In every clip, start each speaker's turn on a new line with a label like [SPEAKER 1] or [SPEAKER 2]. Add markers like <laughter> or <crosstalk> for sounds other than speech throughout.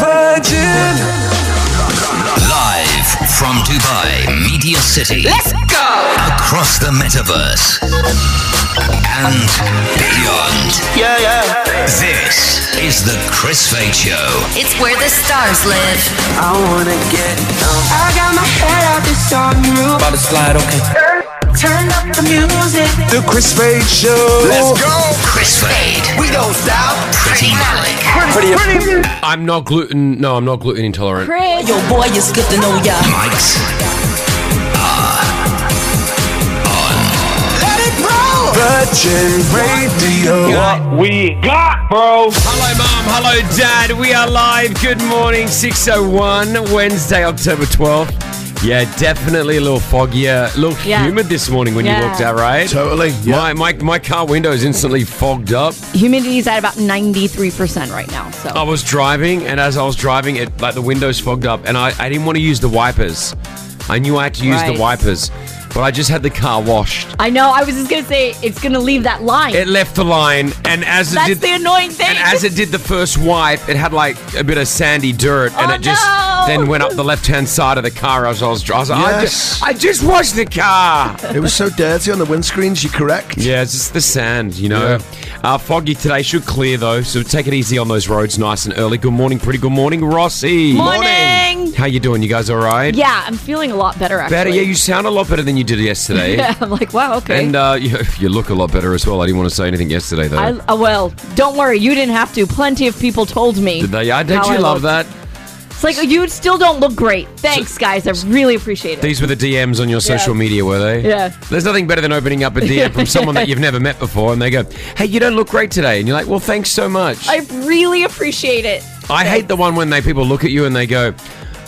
[SPEAKER 1] Virgin.
[SPEAKER 2] Live from Dubai, Media City. Let's go! Across the metaverse and beyond.
[SPEAKER 3] Yeah, yeah.
[SPEAKER 2] This is the Chris Fade Show.
[SPEAKER 4] It's where the stars live.
[SPEAKER 3] I wanna get down.
[SPEAKER 5] I got my head out the sunroof.
[SPEAKER 3] About to slide, okay.
[SPEAKER 5] Turn up the music.
[SPEAKER 1] The Chris Fade Show.
[SPEAKER 3] Let's go.
[SPEAKER 2] Chris Fade,
[SPEAKER 3] We don't stop.
[SPEAKER 2] Pretty Malik,
[SPEAKER 3] Pretty.
[SPEAKER 6] I'm not gluten. No, I'm not gluten intolerant.
[SPEAKER 7] Yo, boy, it's good to know ya.
[SPEAKER 2] Mike's
[SPEAKER 1] Virgin Radio.
[SPEAKER 8] What we got, bro.
[SPEAKER 6] Hello, Mum. Hello, Dad. We are live. Good morning. 6.01, Wednesday, October 12th. Yeah, definitely a little foggier, a little
[SPEAKER 9] Yeah.
[SPEAKER 6] humid this morning when you
[SPEAKER 9] Yeah.
[SPEAKER 6] looked out, right?
[SPEAKER 1] Totally.
[SPEAKER 6] My, my, my car window is instantly fogged up.
[SPEAKER 9] Humidity is at about 93% right now. So
[SPEAKER 6] I was driving, and as I was driving, it like the windows fogged up, and I, I didn't want to use the wipers. I knew I had to use
[SPEAKER 9] Right.
[SPEAKER 6] the wipers, but I just had the car washed.
[SPEAKER 9] I know, I was just going to say it's going to leave that line.
[SPEAKER 6] It left the line, and as it
[SPEAKER 9] That's
[SPEAKER 6] did,
[SPEAKER 9] the annoying thing.
[SPEAKER 6] And as it did the first wipe, it had like a bit of sandy dirt, and
[SPEAKER 9] Oh,
[SPEAKER 6] it just
[SPEAKER 9] no.
[SPEAKER 6] then went up the left-hand side of the car as I was driving. I, was like, I
[SPEAKER 1] Yes.
[SPEAKER 6] just, I just washed the car.
[SPEAKER 1] It was so dirty on the windscreens, you're correct.
[SPEAKER 6] yeah, it's just the sand, you know. Uh, foggy today should clear though, so take it easy on those roads, nice and early. Good morning, pretty good morning, Rossi.
[SPEAKER 9] Morning. Morning.
[SPEAKER 6] How you doing? You guys all right?
[SPEAKER 9] yeah, I'm feeling a lot better actually.
[SPEAKER 6] Better. Yeah, you sound a lot better than you did yesterday.
[SPEAKER 9] <laughs> Yeah, I'm like, wow, okay.
[SPEAKER 6] And uh, you, you look a lot better as well. I didn't want to say anything yesterday though.
[SPEAKER 9] I, uh, well, don't worry, you didn't have to. Plenty of people told me.
[SPEAKER 6] Did they? I don't
[SPEAKER 9] how
[SPEAKER 6] you
[SPEAKER 9] I
[SPEAKER 6] love
[SPEAKER 9] looked.
[SPEAKER 6] that?
[SPEAKER 9] It's like you still don't look great. Thanks, guys. I really appreciate it.
[SPEAKER 6] These were the DMs on your social media, were they?
[SPEAKER 9] Yeah.
[SPEAKER 6] There's nothing better than opening up a
[SPEAKER 9] <laughs>
[SPEAKER 6] DM from someone that you've never met before, and they go, "Hey, you don't look great today," and you're like, "Well, thanks so much."
[SPEAKER 9] I really appreciate it.
[SPEAKER 6] I hate the one when they people look at you and they go.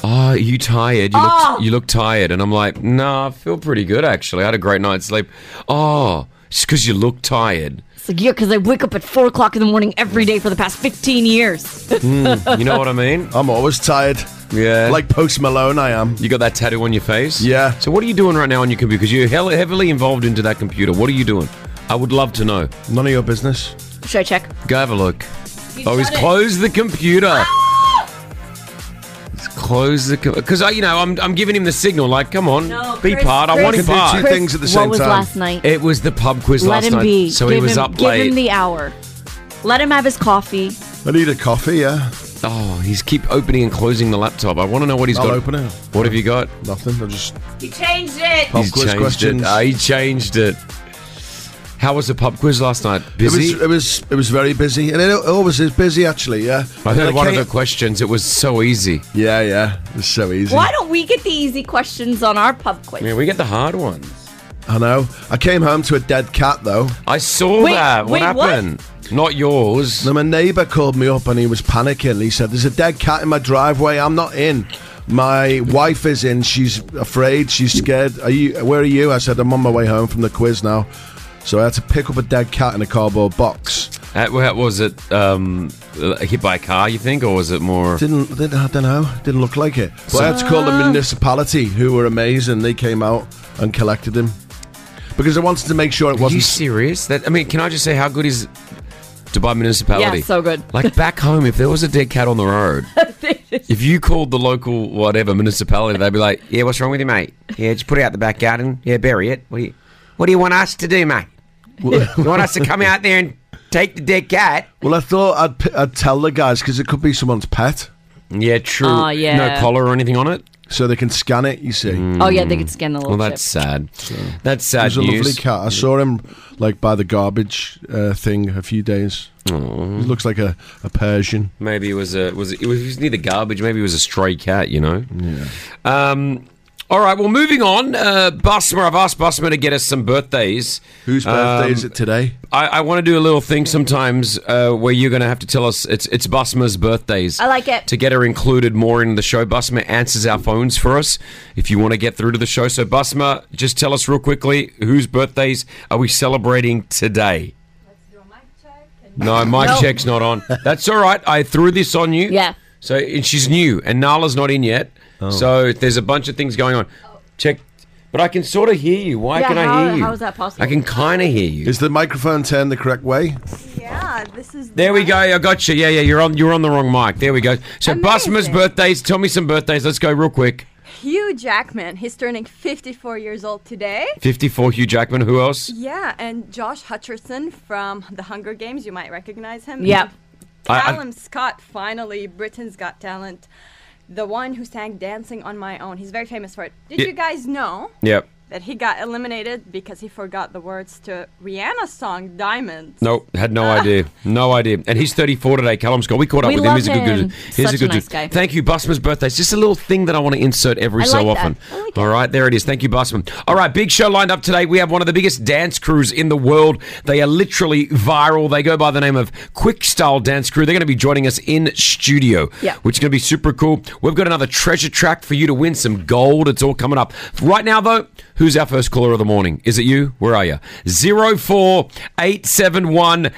[SPEAKER 6] Oh, are you tired? You,
[SPEAKER 9] Oh.
[SPEAKER 6] look, you look tired. And I'm like, nah, I feel pretty good actually. I had a great night's sleep. Oh, it's because you look tired.
[SPEAKER 9] It's like, yeah, because I wake up at 4 o'clock in the morning every day for the past 15 years.
[SPEAKER 6] Hmm, Mm, You know what I mean?
[SPEAKER 1] I'm always tired.
[SPEAKER 6] Yeah.
[SPEAKER 1] Like Post Malone, I am.
[SPEAKER 6] You got that tattoo on your face?
[SPEAKER 1] Yeah.
[SPEAKER 6] So what are you doing right now on your computer? Because you're hell- heavily involved into that computer. What are you doing? I would love to know.
[SPEAKER 1] None of your business.
[SPEAKER 9] <laughs> Should I check?
[SPEAKER 6] Go have a look. oh, he's
[SPEAKER 9] done it. Ah!
[SPEAKER 6] closed the computer. He's closed the because I, you know, I'm, I'm giving him the signal. Like, come on,
[SPEAKER 9] No,
[SPEAKER 6] be
[SPEAKER 9] Chris,
[SPEAKER 6] part. I
[SPEAKER 9] Chris,
[SPEAKER 6] want him
[SPEAKER 1] Can do two
[SPEAKER 6] part.
[SPEAKER 9] Chris,
[SPEAKER 1] things at the
[SPEAKER 9] what
[SPEAKER 1] same
[SPEAKER 9] was
[SPEAKER 1] time.
[SPEAKER 9] last night?
[SPEAKER 6] It was the pub quiz
[SPEAKER 9] Let
[SPEAKER 6] last
[SPEAKER 9] him
[SPEAKER 6] night,
[SPEAKER 9] be.
[SPEAKER 6] so
[SPEAKER 9] give
[SPEAKER 6] he was
[SPEAKER 9] him,
[SPEAKER 6] up
[SPEAKER 9] give
[SPEAKER 6] late.
[SPEAKER 9] him the hour. Let him have his coffee.
[SPEAKER 1] I need a coffee, yeah.
[SPEAKER 6] oh, he's keep opening and closing the laptop. I want to know what he's
[SPEAKER 1] I'll
[SPEAKER 6] got.
[SPEAKER 1] open it.
[SPEAKER 6] What have you got?
[SPEAKER 1] Nothing. I just
[SPEAKER 9] He changed it.
[SPEAKER 1] pop
[SPEAKER 6] He's
[SPEAKER 1] quiz
[SPEAKER 6] changed
[SPEAKER 1] questions.
[SPEAKER 6] It. Ah, he changed it. How was the pub quiz last night?
[SPEAKER 1] It was,
[SPEAKER 6] Busy.
[SPEAKER 1] it was it was very busy, and it always is busy actually. Yeah,
[SPEAKER 6] I heard
[SPEAKER 1] And
[SPEAKER 6] one of
[SPEAKER 1] came-
[SPEAKER 6] the questions. It was so easy.
[SPEAKER 1] Yeah, yeah, it's so easy.
[SPEAKER 9] Why don't we get the easy questions on our pub quiz?
[SPEAKER 6] Yeah, we get the hard ones.
[SPEAKER 1] I know. I came home to a dead cat though.
[SPEAKER 6] I saw
[SPEAKER 9] Wait,
[SPEAKER 6] that. What
[SPEAKER 9] wait, what?
[SPEAKER 6] happened? Not yours.
[SPEAKER 1] Now my neighbour called me up and he was panicking. He said, "There's a dead cat in my driveway. I'm not in. My wife is in. She's afraid. She's scared. Are you? Where are you?" I said, "I'm on my way home from the quiz now." So I had to pick up a dead cat in a cardboard box.
[SPEAKER 6] Uh, wha- was it um, uh, hit by a car? You think, or was it more?
[SPEAKER 1] Didn't, didn't I don't know. Didn't look like it. But I had to call the municipality, who were amazing. They came out and collected him because I wanted to make sure it
[SPEAKER 6] Are you
[SPEAKER 1] wasn't.
[SPEAKER 6] serious? That I mean, can I just say how good is Dubai municipality?
[SPEAKER 9] Yeah, so good.
[SPEAKER 6] <laughs> Like back home, if there was a dead cat on the road, if you called the local whatever municipality, they'd be like, "Yeah, what's wrong with you, mate? Yeah, just put it out the back garden. Yeah, bury it. What do you, what do you want us to do, mate? you want us to come out there and take the dead cat?"
[SPEAKER 1] well, I thought I'd, p- I'd tell the guys because it could be someone's pet,
[SPEAKER 6] Yeah, true.
[SPEAKER 9] Aw, Ah, yeah.
[SPEAKER 6] No collar or anything on it. Mm.
[SPEAKER 1] so they can scan it. You see,
[SPEAKER 9] Oh yeah, they could scan the little
[SPEAKER 6] Well, that's
[SPEAKER 9] chip.
[SPEAKER 6] sad. That's sad
[SPEAKER 1] it was a
[SPEAKER 6] news.
[SPEAKER 1] lovely cat. I saw him like by the garbage uh, thing a few days. He looks like a, a Persian.
[SPEAKER 6] Maybe it was a was it, it was near the garbage. Maybe it was a stray cat. You know. Yeah. Um. All right. Well, moving on. Uh, Busmer, I've asked Busmer to get us some birthdays.
[SPEAKER 1] Whose birthday
[SPEAKER 6] Um,
[SPEAKER 1] is it today?
[SPEAKER 6] I, I want to do a little thing sometimes uh, where you're going to have to tell us it's it's Busma's birthdays.
[SPEAKER 9] I like it.
[SPEAKER 6] To get her included more in the show, Busma answers our phones for us if you want to get through to the show. So, Busma, just tell us real quickly whose birthdays are we celebrating today? No, my
[SPEAKER 9] No.
[SPEAKER 6] check's not on. That's all right. I threw this on you.
[SPEAKER 9] Yeah.
[SPEAKER 6] So
[SPEAKER 1] Oh.
[SPEAKER 6] and she's new, and Nala's not in yet. So there's a bunch of things going on. Check. But I can sort of hear you. Why
[SPEAKER 10] Yeah,
[SPEAKER 6] can I
[SPEAKER 10] how-
[SPEAKER 6] hear you?
[SPEAKER 10] how is that possible?
[SPEAKER 6] I can kind of hear you.
[SPEAKER 1] Is the microphone turned the correct way?
[SPEAKER 10] Yeah, Ah, this is.
[SPEAKER 6] There we go. I got you. Yeah, yeah. You're on. You're on the wrong mic. There we go. So Busma's birthdays. Tell me some birthdays. Let's go real quick.
[SPEAKER 10] Hugh Jackman. He's turning 54 years old today.
[SPEAKER 6] 54. Hugh Jackman. Who else?
[SPEAKER 10] Yeah, and Josh Hutcherson from The Hunger Games. You might recognize him.
[SPEAKER 6] Yep. I- I-
[SPEAKER 10] Callum Scott, finally, Britain's Got Talent. The one who sang Dancing on My Own. He's very famous for it. Did
[SPEAKER 6] Ye-
[SPEAKER 10] you guys know
[SPEAKER 6] Yep.
[SPEAKER 10] that he got eliminated because he forgot the words to Rihanna's song Diamonds?
[SPEAKER 6] Nope, had no idea, no idea. And he's 34 today. Callum Scott. We caught up
[SPEAKER 10] Ah. We
[SPEAKER 6] with him.
[SPEAKER 10] love
[SPEAKER 6] He's a good
[SPEAKER 10] him.
[SPEAKER 6] dude. He's
[SPEAKER 10] Such
[SPEAKER 6] a good
[SPEAKER 10] a nice
[SPEAKER 6] dude.
[SPEAKER 10] guy.
[SPEAKER 6] Thank you, Busman's birthday. It's just a little thing that I want to insert every
[SPEAKER 10] I
[SPEAKER 6] so
[SPEAKER 10] like that.
[SPEAKER 6] often. All right, there it is. Thank you, Busman. All right, big show lined up today. We have one of the biggest dance crews in the world. They are literally viral. They go by the name of Quick Style Dance Crew. They're going to be joining us in studio,
[SPEAKER 11] Yeah.
[SPEAKER 6] which is going to be super cool. We've got another treasure track for you to win some gold. It's all coming up. Right now, though, who's our first caller of the morning? Is it you? Where are you? 04871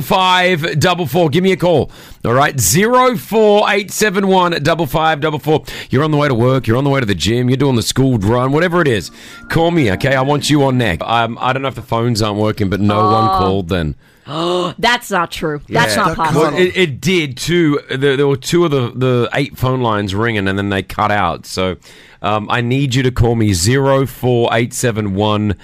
[SPEAKER 6] 5544. Give me a call. All right, 04871 5544. You're on the way to work, you're on the way to the gym, you're doing the school run, whatever it is. Call me, okay? I want you on neck. Um, I don't know if the phones aren't working, but no one
[SPEAKER 9] Oh.
[SPEAKER 6] called then.
[SPEAKER 9] <gasps> That's not true. That's
[SPEAKER 6] Yeah.
[SPEAKER 9] not possible.
[SPEAKER 6] Well, it, it did too. There, there were two of the, the eight phone lines ringing, and then they cut out. So um, I need you to call me zero four eight seven one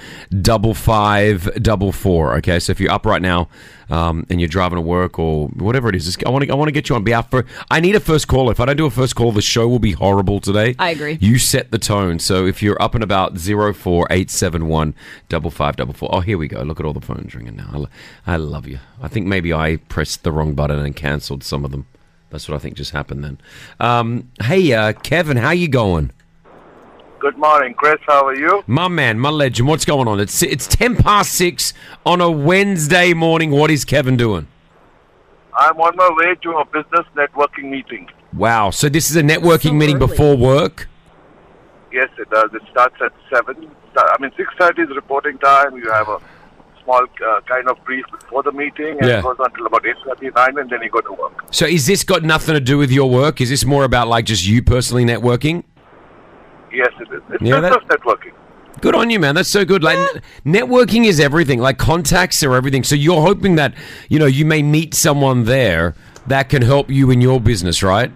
[SPEAKER 6] double five double four. Okay, so if you're up right now um, and you're driving to work or whatever it is, just, I want to I want to get you on behalf for. I need a first call. If I don't do a first call, the show will be horrible today.
[SPEAKER 9] I agree.
[SPEAKER 6] You set the tone. So if you're up and about zero four eight seven one double five double four. Oh, here we go. Look at all the phones ringing now. I, lo- I love you. I think maybe I pressed the wrong button and cancelled some of them. That's what I think just happened then. Um, hey, uh, Kevin, how you going?
[SPEAKER 12] Good morning, Chris. How are you?
[SPEAKER 6] My man, my legend. What's going on? It's it's ten past six on a Wednesday morning. What is Kevin doing?
[SPEAKER 12] I'm on my way to a business networking meeting.
[SPEAKER 6] Wow. So this is a networking meeting before work.
[SPEAKER 12] Yes, it does. It starts at seven. Start, I mean, six thirty is reporting time. You have a small uh, kind of brief before the meeting, and
[SPEAKER 6] Yeah.
[SPEAKER 12] it goes until about eight thirty nine, and then you go to work.
[SPEAKER 6] So is this got nothing to do with your work? Is this more about like just you personally networking?
[SPEAKER 12] Yes, it is. It's
[SPEAKER 6] Yeah,
[SPEAKER 12] business networking.
[SPEAKER 6] Good on you, man. That's so good. Like networking is everything. Like contacts are everything. So you're hoping that you know you may meet someone there that can help you in your business, right?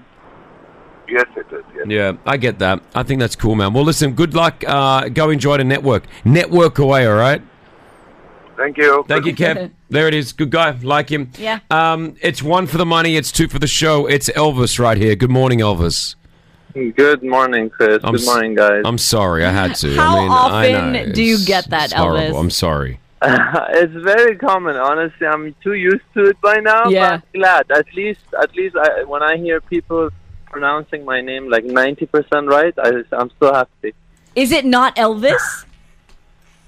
[SPEAKER 12] Yes, it is. Yes.
[SPEAKER 6] Yeah, I get that. I think that's cool, man. Well, listen. Good luck. Uh, go enjoy the network. Network away. All right.
[SPEAKER 12] Thank you.
[SPEAKER 6] Thank you, Kev. There it is. Good guy. Like him.
[SPEAKER 12] Yeah.
[SPEAKER 6] Um, it's one for the money. It's two for the show. It's Elvis right here. Good morning, Elvis.
[SPEAKER 13] Good morning, Chris.
[SPEAKER 6] I'm
[SPEAKER 13] Good
[SPEAKER 6] s-
[SPEAKER 13] morning, guys. <laughs>
[SPEAKER 6] I'm sorry. I had to.
[SPEAKER 9] How
[SPEAKER 6] I mean, I
[SPEAKER 9] often
[SPEAKER 6] know.
[SPEAKER 9] do you get that,
[SPEAKER 6] It's horrible.
[SPEAKER 9] Elvis?
[SPEAKER 6] I'm sorry.
[SPEAKER 13] it's very common, honestly. I'm too used to it by now.
[SPEAKER 9] Yeah.
[SPEAKER 13] But I'm glad. At least, at least, I, when I hear people pronouncing my name like 90% right, I, I'm so happy.
[SPEAKER 9] Is it not Elvis?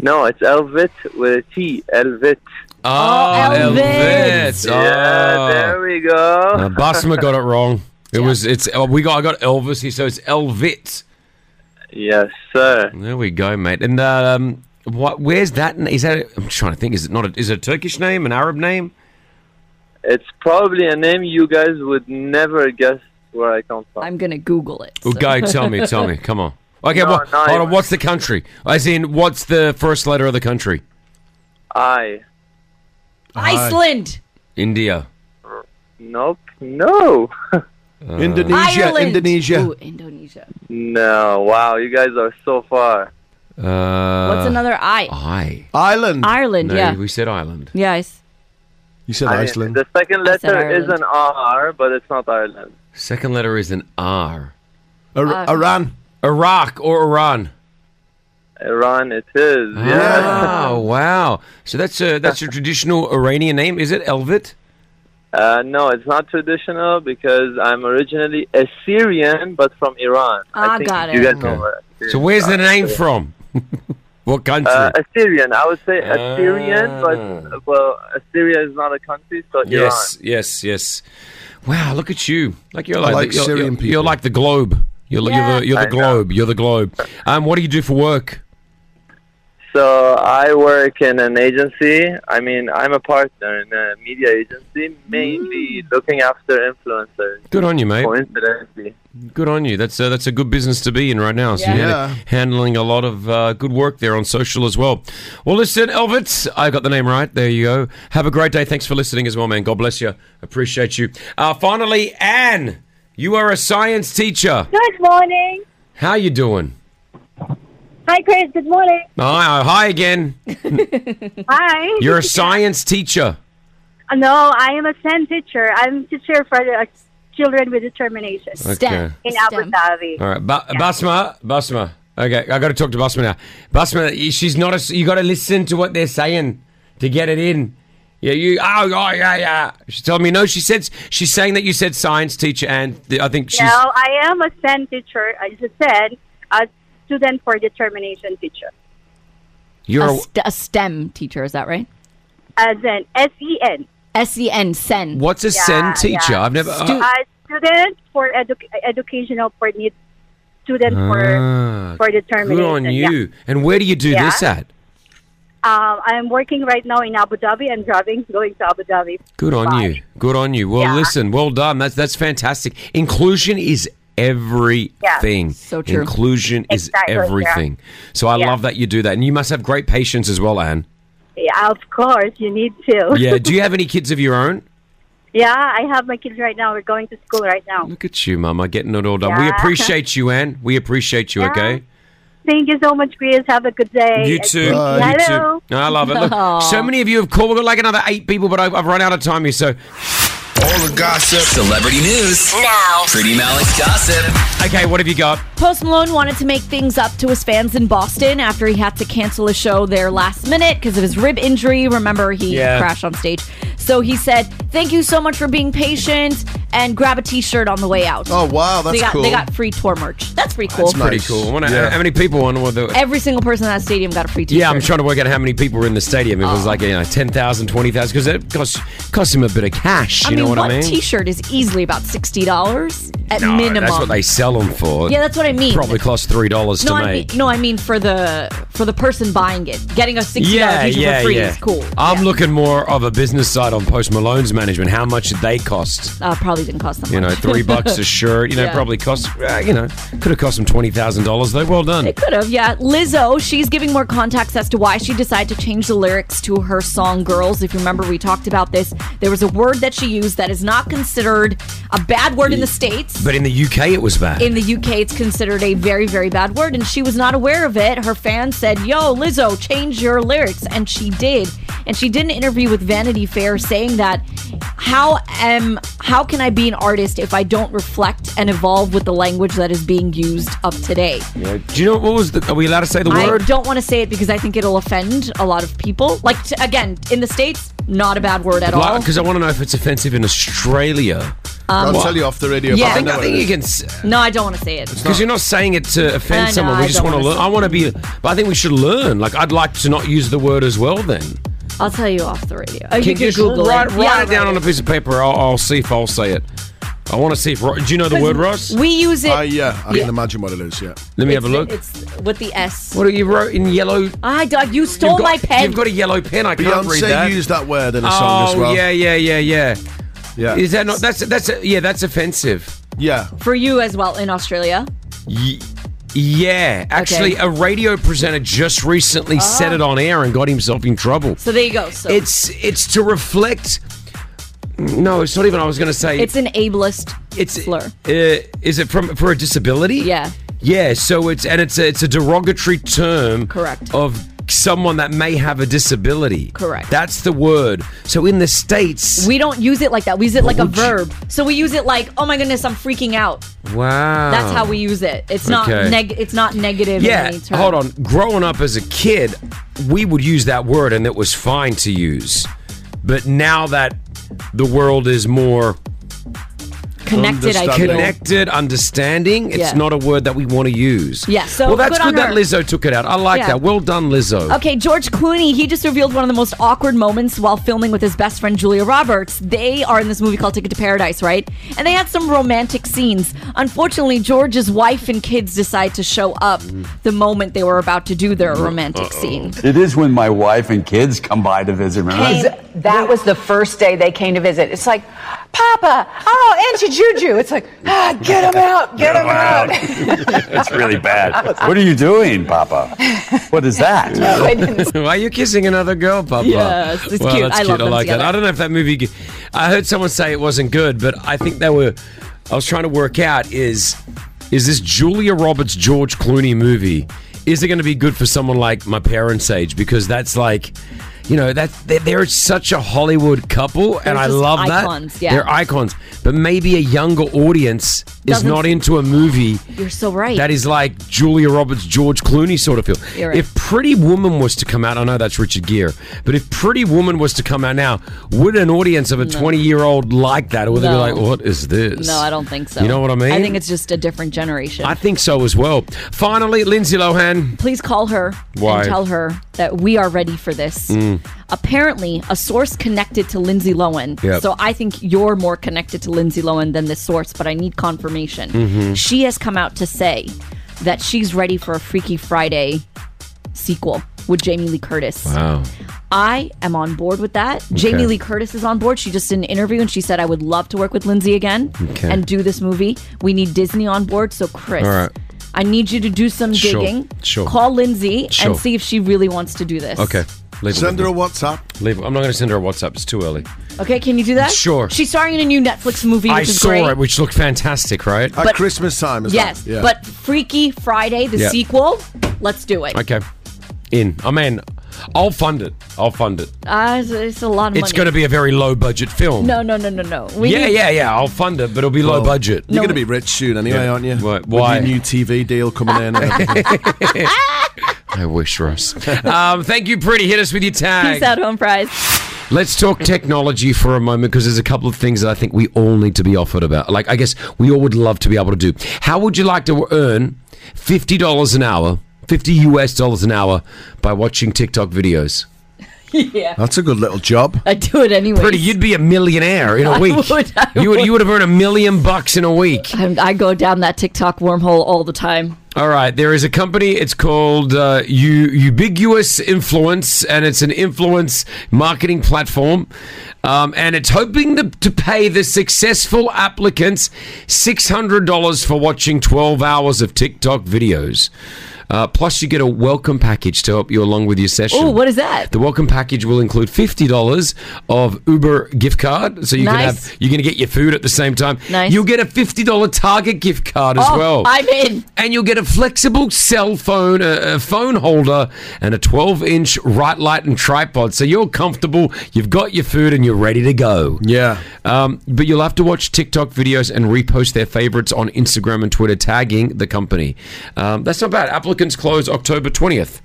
[SPEAKER 13] No, it's Elvit with a T. Elvit.
[SPEAKER 6] Oh, Elvis.
[SPEAKER 13] Yeah,
[SPEAKER 6] Oh.
[SPEAKER 13] there we go.
[SPEAKER 6] Uh, Basma got it wrong. It was it's oh, we got I got Elvis. He says Elvit.
[SPEAKER 13] Yes, sir.
[SPEAKER 6] There we go, mate. And um, what? Where's that? Is that? I'm trying to think. Is it not? A, is it a Turkish name? An Arab name?
[SPEAKER 13] <laughs> It's probably a name you guys would never guess where I come from. I'm
[SPEAKER 9] gonna Google it.
[SPEAKER 6] Oh, go tell me, tell me. Come on. Okay,
[SPEAKER 13] No,
[SPEAKER 6] well,
[SPEAKER 13] no,
[SPEAKER 6] hold on. What's the country? As in, what's the first letter of the country?
[SPEAKER 13] I.
[SPEAKER 9] Iceland.
[SPEAKER 6] India.
[SPEAKER 13] Nope. No.
[SPEAKER 1] <laughs>
[SPEAKER 6] Uh,
[SPEAKER 1] Indonesia,
[SPEAKER 9] Ireland.
[SPEAKER 1] Indonesia.
[SPEAKER 9] Ooh, Indonesia.
[SPEAKER 13] No, wow, you guys are so far.
[SPEAKER 6] Uh,
[SPEAKER 9] What's another I?
[SPEAKER 6] I.
[SPEAKER 1] Ireland.
[SPEAKER 9] Ireland.
[SPEAKER 6] No,
[SPEAKER 9] yeah.
[SPEAKER 6] we said Ireland.
[SPEAKER 9] Yeah. Ice.
[SPEAKER 1] You said
[SPEAKER 13] I-
[SPEAKER 1] Iceland.
[SPEAKER 13] The second
[SPEAKER 9] I said
[SPEAKER 13] letter is
[SPEAKER 9] Ireland.
[SPEAKER 13] an R, but it's not Ireland.
[SPEAKER 6] Second letter is an R.
[SPEAKER 13] Ar- Uh, Iran.
[SPEAKER 6] Iraq or Iran.
[SPEAKER 13] Iran, it is.
[SPEAKER 6] Oh, wow. So that's
[SPEAKER 13] <laughs>
[SPEAKER 6] a that's a traditional Iranian name, is it? Elvit?
[SPEAKER 13] Uh, no, it's not traditional because I'm originally Assyrian, but from Iran.
[SPEAKER 9] Ah,
[SPEAKER 13] think
[SPEAKER 9] got
[SPEAKER 13] You
[SPEAKER 9] it.
[SPEAKER 13] guys know where.
[SPEAKER 6] So where's the name from? <laughs> what country?
[SPEAKER 13] Uh, Assyrian. I would say
[SPEAKER 6] Ah.
[SPEAKER 13] Assyrian, but well, Assyria is not a country, so
[SPEAKER 6] yes, yes, yes. Wow, look at you. Like you're
[SPEAKER 13] I
[SPEAKER 6] like,
[SPEAKER 13] like
[SPEAKER 6] you're,
[SPEAKER 13] Syrian
[SPEAKER 6] you're, you're like the globe. You're, like- you're the you're
[SPEAKER 13] I
[SPEAKER 6] the
[SPEAKER 13] know.
[SPEAKER 6] globe. You're the globe. Um, what do you do for work?
[SPEAKER 13] Iran. So I work in an agency. I mean, I'm a partner in a media agency, mainly looking after influencers.
[SPEAKER 6] Good on you, mate.
[SPEAKER 13] Coincidentally.
[SPEAKER 6] Good on you. That's a, that's a good business to be in right now. So
[SPEAKER 1] Yeah.
[SPEAKER 6] you're
[SPEAKER 1] Yeah.
[SPEAKER 6] handling a lot of uh, good work there on social as well. Well, listen, Elvitz, I got the name right. There you go. Have a great day. Thanks for listening as well, man. God bless you. Appreciate you. Uh, finally, Anne, you are a science teacher.
[SPEAKER 11] Good morning.
[SPEAKER 6] How you doing? Oh,
[SPEAKER 11] Hi, Chris. Good
[SPEAKER 6] <laughs>
[SPEAKER 11] morning.
[SPEAKER 6] Hi, hi again. <laughs>
[SPEAKER 11] Hi.
[SPEAKER 6] You're a science teacher.
[SPEAKER 11] <laughs> No, I am a STEM teacher. I'm teacher for the, uh, children with determination.
[SPEAKER 6] Okay. STEM.
[SPEAKER 11] In Abu Dhabi.
[SPEAKER 6] All right, ba- Basma, Basma. Okay, I got to talk to Basma now. Basma, she's not a. You got to listen to what they're saying to get it in. Yeah, you. Oh, yeah, yeah, yeah. She told me no. She said she's saying that you said science teacher, and the, I think she's.
[SPEAKER 11] No, I am a STEM teacher. As I said, a student for determination teacher.
[SPEAKER 6] You're
[SPEAKER 9] a,
[SPEAKER 6] a-
[SPEAKER 9] st- a STEM teacher, is that right?
[SPEAKER 11] As E in S-E-N.
[SPEAKER 9] S-E-N, SEN.
[SPEAKER 6] What's a SEN teacher? I've never.
[SPEAKER 11] Stu- a student for edu- educational for need student
[SPEAKER 6] Ah,
[SPEAKER 11] for for determination.
[SPEAKER 6] Good on
[SPEAKER 11] yeah.
[SPEAKER 6] you. And where do you do
[SPEAKER 11] Yeah.
[SPEAKER 6] this at? Ah.
[SPEAKER 11] Um, I'm working right now in Abu Dhabi. I'm driving, going to Abu Dhabi.
[SPEAKER 6] Good on you. Good on you. Well, listen, well done. That's that's fantastic. Inclusion is everything.
[SPEAKER 11] So true.
[SPEAKER 6] Inclusion is
[SPEAKER 11] Exactly, yeah.
[SPEAKER 6] everything. So I love that you do that, and you must have great patience as well, Anne.
[SPEAKER 11] Yeah, of course, you need to. <laughs>
[SPEAKER 6] Yeah. Do you have any kids of your own?
[SPEAKER 11] yeah, I have my kids right now. We're going to school right now.
[SPEAKER 6] Look at you, Mama, getting it all done. We
[SPEAKER 11] Yeah.
[SPEAKER 6] appreciate you, Anne. We appreciate you.
[SPEAKER 11] Yeah.
[SPEAKER 6] Okay.
[SPEAKER 11] Thank you so much, Chris. Have a good day.
[SPEAKER 6] You too. you
[SPEAKER 11] Hello.
[SPEAKER 6] too. I love it. Look,
[SPEAKER 11] Aw.
[SPEAKER 6] so many of you have called. We've got like another eight people, but I've, I've run out of time here. So all the gossip,
[SPEAKER 2] Celebrity news. Now. Pretty Malik's gossip.
[SPEAKER 6] Okay, what have you got?
[SPEAKER 9] Post Malone wanted to make things up to his fans in Boston after he had to cancel a show there last minute because of his rib injury. Remember, he
[SPEAKER 14] Yeah.
[SPEAKER 9] crashed on stage. So he said, Thank you so much for being patient and grab a t shirt on the way out.
[SPEAKER 1] Oh, wow,
[SPEAKER 9] they
[SPEAKER 1] that's
[SPEAKER 9] got, They
[SPEAKER 1] cool.
[SPEAKER 9] got free tour merch. That's pretty cool.
[SPEAKER 6] That's pretty cool. I wonder
[SPEAKER 1] Yeah.
[SPEAKER 6] how many people on the
[SPEAKER 9] Every single person in that stadium got a free t shirt.
[SPEAKER 6] Yeah, I'm trying to work out how many people were in the stadium. It was like, you know, 10,000, 20,000, because it cost, cost him a bit of cash.
[SPEAKER 9] I
[SPEAKER 6] you
[SPEAKER 9] mean,
[SPEAKER 6] know what, I mean?
[SPEAKER 9] t shirt is easily about $60 at
[SPEAKER 6] No,
[SPEAKER 9] minimum.
[SPEAKER 6] That's what they sell them for.
[SPEAKER 9] Yeah, that's what I mean.
[SPEAKER 6] Probably cost $3 to
[SPEAKER 9] no, I mean,
[SPEAKER 6] make.
[SPEAKER 9] no, I mean for the for the person buying it, getting a sixty
[SPEAKER 6] yeah,
[SPEAKER 9] dollars
[SPEAKER 6] yeah,
[SPEAKER 9] for free
[SPEAKER 6] yeah.
[SPEAKER 9] is cool.
[SPEAKER 6] I'm looking more of a business side on Post Malone's management. How much did they cost?
[SPEAKER 9] Uh, probably didn't cost them.
[SPEAKER 6] You know,
[SPEAKER 9] much.
[SPEAKER 6] three
[SPEAKER 9] <laughs>
[SPEAKER 6] bucks a shirt. You know,
[SPEAKER 9] Yeah.
[SPEAKER 6] probably cost, uh, you know, could have cost them $20,000 though. Well done.
[SPEAKER 9] It could have, yeah. Lizzo, she's giving more context as to why she decided to change the lyrics to her song Girls. If you remember, we talked about this. There was a word that she used that is not considered a bad word in the States.
[SPEAKER 6] But in the UK, it was bad.
[SPEAKER 9] In the UK, it's considered a very, very bad word, and she was not aware of it. Her fans said, Yo, Lizzo, change your lyrics. And she did. And she did an interview with Vanity Fair saying that how am how can I be an artist if I don't reflect and evolve with the language that is being used of today?
[SPEAKER 6] Yeah. Do you know what was the. Are we allowed to say the
[SPEAKER 9] I
[SPEAKER 6] word?
[SPEAKER 9] don't want to say it because I think it'll offend a lot of people. Like t- again, in the states, not a bad word at all.
[SPEAKER 6] Because I want to know if it's offensive in Australia.
[SPEAKER 9] Um,
[SPEAKER 1] I'll tell you off the radio.
[SPEAKER 9] Yeah.
[SPEAKER 1] but
[SPEAKER 9] I think-
[SPEAKER 1] know
[SPEAKER 9] I
[SPEAKER 1] what
[SPEAKER 9] think
[SPEAKER 1] it
[SPEAKER 9] you
[SPEAKER 1] is.
[SPEAKER 9] can No, I don't want to say it.
[SPEAKER 6] Because you're not saying it to offend
[SPEAKER 9] I know,
[SPEAKER 6] someone. We
[SPEAKER 9] I
[SPEAKER 6] just
[SPEAKER 9] don't
[SPEAKER 6] want to
[SPEAKER 9] wanna
[SPEAKER 6] learn.
[SPEAKER 9] say
[SPEAKER 6] I want to be. But I think we should learn. Like I'd like to not use the word as well. Then
[SPEAKER 9] I'll tell you off the radio. Oh, you
[SPEAKER 6] Can-
[SPEAKER 9] can
[SPEAKER 6] just
[SPEAKER 9] Google
[SPEAKER 6] write,
[SPEAKER 9] it.
[SPEAKER 6] write
[SPEAKER 9] Yeah,
[SPEAKER 6] it down on a piece of paper. I'll, I'll see if I'll say it. I want to see if. Ro- Do you know the word, Ross?
[SPEAKER 9] We use it.
[SPEAKER 1] Uh, yeah, I
[SPEAKER 9] Yeah.
[SPEAKER 1] can imagine what it is. Yeah.
[SPEAKER 6] Let me have a
[SPEAKER 9] It's-
[SPEAKER 6] look.
[SPEAKER 9] It's with the S.
[SPEAKER 6] Uh, What do you wrote in yellow?
[SPEAKER 9] I dog, you stole
[SPEAKER 6] got-
[SPEAKER 9] my pen.
[SPEAKER 6] You've got a yellow pen. I can't read
[SPEAKER 1] Beyonce
[SPEAKER 6] that.
[SPEAKER 1] used that word in a
[SPEAKER 6] oh,
[SPEAKER 1] song as well.
[SPEAKER 6] yeah, yeah, yeah, yeah.
[SPEAKER 1] Yeah.
[SPEAKER 6] Is that not? That's that's yeah. That's offensive.
[SPEAKER 1] Yeah.
[SPEAKER 9] for you as well in Australia.
[SPEAKER 6] Ye- yeah, actually, a radio presenter just recently said it on air and got himself in trouble.
[SPEAKER 9] So there you go. Oh. So
[SPEAKER 6] It's it's to reflect. No, it's not even. I was going to say.
[SPEAKER 9] it's an ableist slur.
[SPEAKER 6] uh, is it from for a disability?
[SPEAKER 9] Yeah.
[SPEAKER 6] Yeah. So it's and it's a, it's a derogatory term.
[SPEAKER 9] Correct.
[SPEAKER 6] Of someone that may have a disability.
[SPEAKER 9] Correct.
[SPEAKER 6] That's the word. So in the states.
[SPEAKER 9] We don't use it like that. We use it like a
[SPEAKER 6] Would you-
[SPEAKER 9] verb. So we use it like, "Oh my goodness, I'm freaking out."
[SPEAKER 6] wow.
[SPEAKER 9] That's how we use it. It's not
[SPEAKER 6] Okay.
[SPEAKER 9] neg- it's not negative in
[SPEAKER 6] Yeah.
[SPEAKER 9] any term.
[SPEAKER 6] Hold on. Growing up as a kid, we would use that word and it was fine to use. But now that the world is more
[SPEAKER 9] Connected, I feel.
[SPEAKER 6] Connected, understanding. It's
[SPEAKER 9] Yeah.
[SPEAKER 6] not a word that we want to use.
[SPEAKER 9] Yeah, so
[SPEAKER 6] well, that's
[SPEAKER 9] good on
[SPEAKER 6] good that
[SPEAKER 9] her.
[SPEAKER 6] Lizzo took it out. I like
[SPEAKER 9] Yeah.
[SPEAKER 6] that. Well done, Lizzo.
[SPEAKER 9] Okay, George Clooney, he just revealed one of the most awkward moments while filming with his best friend Julia Roberts. They are in this movie called Ticket to Paradise, right? And they had some romantic scenes. Unfortunately, George's wife and kids decide to show up the moment they were about to do their romantic scene.
[SPEAKER 15] It is when my wife and kids come by to visit me.
[SPEAKER 16] Came- that was the first day they came to visit. It's like,
[SPEAKER 14] Papa, oh, Auntie Juju. It's like, ah, get him out, get him out.
[SPEAKER 15] <laughs> That's really bad. What are you doing, Papa?
[SPEAKER 6] <laughs>
[SPEAKER 15] What is that?
[SPEAKER 14] No, I didn't.
[SPEAKER 6] Why are you kissing another girl, Papa?
[SPEAKER 15] Yes,
[SPEAKER 9] it's
[SPEAKER 6] well,
[SPEAKER 9] cute.
[SPEAKER 6] That's
[SPEAKER 9] I
[SPEAKER 6] cute.
[SPEAKER 9] love
[SPEAKER 6] I
[SPEAKER 9] them
[SPEAKER 6] like that.
[SPEAKER 9] together.
[SPEAKER 6] I don't know if that movie. I heard someone say it wasn't good, but I think they were. I was trying to work out is is this Julia Roberts George Clooney movie? Is it going to be good for someone like my parents' age? Because that's like. You know that they're, they're such a Hollywood couple,
[SPEAKER 9] They're
[SPEAKER 6] and I
[SPEAKER 9] just
[SPEAKER 6] love
[SPEAKER 9] icons,
[SPEAKER 6] that.
[SPEAKER 9] yeah.
[SPEAKER 6] They're icons, but maybe a younger audience is
[SPEAKER 9] Doesn't-
[SPEAKER 6] not into a movie
[SPEAKER 9] You're so right.
[SPEAKER 6] that is like Julia Roberts, George Clooney sort of feel.
[SPEAKER 9] You're right.
[SPEAKER 6] If Pretty Woman was to come out, I know that's Richard Gere, but if Pretty Woman was to come out now, would an audience of a 20 year old like that? Or would they be
[SPEAKER 9] No.
[SPEAKER 6] like, what is this?
[SPEAKER 9] No, I don't think so.
[SPEAKER 6] You know what I mean?
[SPEAKER 9] I think it's just a different generation.
[SPEAKER 6] I think so as well. Finally, Lindsay Lohan.
[SPEAKER 9] Please call her
[SPEAKER 6] Why?
[SPEAKER 9] and tell her that we are ready for this.
[SPEAKER 6] Mm.
[SPEAKER 9] Apparently, a source connected to Lindsay Lohan.
[SPEAKER 6] Yep.
[SPEAKER 9] So I think you're more connected to Lindsay Lohan than this source, but I need confirmation.
[SPEAKER 6] Mhm.
[SPEAKER 9] She has come out to say that she's ready for a Freaky Friday sequel with Jamie Lee Curtis.
[SPEAKER 6] Wow.
[SPEAKER 9] I am on board with that.
[SPEAKER 6] Okay.
[SPEAKER 9] Jamie Lee Curtis is on board. She just did an interview and she said, I would love to work with Lindsay again
[SPEAKER 6] Okay.
[SPEAKER 9] and do this movie. We need Disney on board. So, Chris,
[SPEAKER 6] All right.
[SPEAKER 9] I need you to do some
[SPEAKER 6] Sure,
[SPEAKER 9] digging.
[SPEAKER 6] sure.
[SPEAKER 9] Call Lindsay
[SPEAKER 6] Sure.
[SPEAKER 9] and see if she really wants to do this.
[SPEAKER 6] Okay. Leave
[SPEAKER 1] Send her a
[SPEAKER 6] WhatsApp. Leave. I'm not going to send her a WhatsApp. It's too early.
[SPEAKER 9] Okay, can you do that?
[SPEAKER 6] Sure.
[SPEAKER 9] She's starring in a new Netflix movie, which
[SPEAKER 6] I
[SPEAKER 9] is
[SPEAKER 6] saw
[SPEAKER 9] great.
[SPEAKER 6] it, which looked fantastic, right?
[SPEAKER 9] At But-
[SPEAKER 6] Christmas time,
[SPEAKER 9] yes, but Freaky Friday, the
[SPEAKER 6] Yeah.
[SPEAKER 9] sequel, let's do it.
[SPEAKER 6] Okay. In. I mean, I'll fund it. I'll fund it.
[SPEAKER 9] Uh, it's, it's a lot of money.
[SPEAKER 6] It's going to be a very low budget film.
[SPEAKER 9] No, no, no, no, no. We
[SPEAKER 6] yeah,
[SPEAKER 9] need-
[SPEAKER 6] yeah,
[SPEAKER 9] <laughs>
[SPEAKER 6] yeah. I'll fund it, but it'll be low budget.
[SPEAKER 1] You're going to be rich soon anyway,
[SPEAKER 6] Yeah.
[SPEAKER 1] aren't you?
[SPEAKER 6] What- why?
[SPEAKER 1] With your new TV deal coming
[SPEAKER 9] <laughs>
[SPEAKER 1] in. and everything.
[SPEAKER 6] I wish, Ross. um, thank you, pretty. Hit us with your tag.
[SPEAKER 9] <laughs> Peace out, home prize.
[SPEAKER 6] Let's talk technology for a moment because there's a couple of things that I think we all need to be offered about. Like, I guess we all would love to be able to do. How would you like to earn fifty dollars an hour, fifty US dollars an hour, by watching TikTok videos?
[SPEAKER 9] yeah.
[SPEAKER 6] That's a good little job.
[SPEAKER 9] I do it anyway.
[SPEAKER 6] Pretty, you'd be a millionaire in a
[SPEAKER 9] I
[SPEAKER 6] week.
[SPEAKER 9] would, I
[SPEAKER 6] you would,
[SPEAKER 9] would.
[SPEAKER 6] you would have earned a million bucks in a week.
[SPEAKER 9] I, I go down that TikTok wormhole all the time.
[SPEAKER 6] All right, there is a company. It's called uh, U- Ubiquitous Influence, and it's an influence marketing platform. Um, and it's hoping to, to pay the successful applicants six hundred dollars for watching twelve hours of TikTok videos. Uh, plus, you get a welcome package to help you along with your session.
[SPEAKER 9] Oh, what is that?
[SPEAKER 6] The welcome package will include fifty dollars of Uber gift card, so you
[SPEAKER 9] Nice.
[SPEAKER 6] can have you're going to get your food at the same time.
[SPEAKER 9] Nice.
[SPEAKER 6] You'll get a fifty dollar Target gift card as
[SPEAKER 9] Oh,
[SPEAKER 6] well.
[SPEAKER 9] I'm in.
[SPEAKER 6] And you'll get a flexible cell phone, a, a phone holder, and a 12 inch right light and tripod. So you're comfortable, you've got your food, and you're ready to go. Yeah. Um, but you'll have to watch TikTok videos and repost their favorites on Instagram and Twitter, tagging the company. Um, that's not bad. Applicants close October 20th.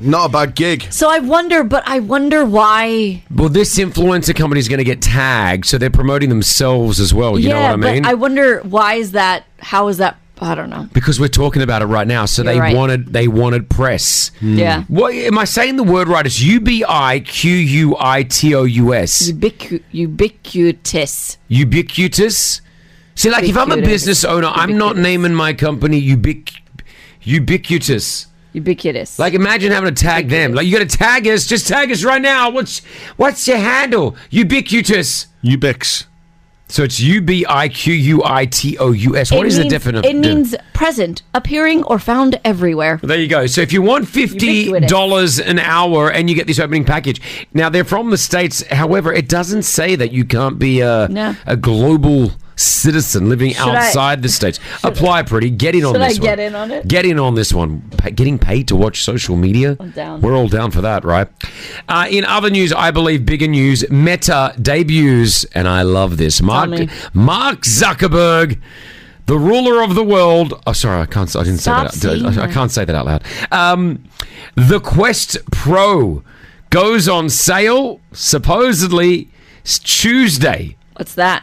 [SPEAKER 6] Not a bad gig.
[SPEAKER 9] So I wonder, but I wonder why.
[SPEAKER 6] Well, this influencer company is going to get tagged, so they're promoting themselves as well. Oh, You
[SPEAKER 9] yeah,
[SPEAKER 6] know what I mean?
[SPEAKER 9] but I wonder why is that? How is that? I don't know.
[SPEAKER 6] because we're talking about it right now. So
[SPEAKER 9] You're
[SPEAKER 6] they
[SPEAKER 9] right.
[SPEAKER 6] wanted they wanted press.
[SPEAKER 9] Yeah.
[SPEAKER 6] What am I saying the word right? It's U B I Q U I T O U S.
[SPEAKER 9] Ubiqu- ubiquitous.
[SPEAKER 6] Ubiquitous. See, like if I'm a
[SPEAKER 9] Ubiquitous.
[SPEAKER 6] business owner, I'm not naming my company ubiqu- ubiquitous.
[SPEAKER 9] Ubiquitous.
[SPEAKER 6] Like imagine having to tag them. Like you got to tag us. Just tag us right now. What's what's your handle? Ubiquitous. Ubix. So it's U B I Q U I T O U S. What
[SPEAKER 9] It
[SPEAKER 6] is
[SPEAKER 9] means-
[SPEAKER 6] the definition?
[SPEAKER 9] It means present, appearing, or found everywhere.
[SPEAKER 6] Well, There you go. So if you want fifty dollars an hour and you get this opening package, now they're from the states. However, it doesn't say that you can't be a
[SPEAKER 9] No.
[SPEAKER 6] a global citizen living
[SPEAKER 9] Should I-
[SPEAKER 6] outside the
[SPEAKER 9] <laughs>
[SPEAKER 6] states. Apply, pretty. Get in on
[SPEAKER 9] Should I
[SPEAKER 6] this one.
[SPEAKER 9] get in on it?
[SPEAKER 6] Get in on this one. Pa- getting paid to watch social media.
[SPEAKER 9] I'm down.
[SPEAKER 6] We're all down for that, right? Uh, in other news, I believe bigger news. Meta debuts, and I love this. Mark
[SPEAKER 9] me.
[SPEAKER 6] Mark Zuckerberg, the ruler of the world. Oh, sorry, I can't. I didn't
[SPEAKER 9] Stop
[SPEAKER 6] say that.
[SPEAKER 9] saying
[SPEAKER 6] Out, I, I
[SPEAKER 9] that.
[SPEAKER 6] can't say that out loud. Um, the Quest Pro goes on sale supposedly s- Tuesday.
[SPEAKER 9] What's that?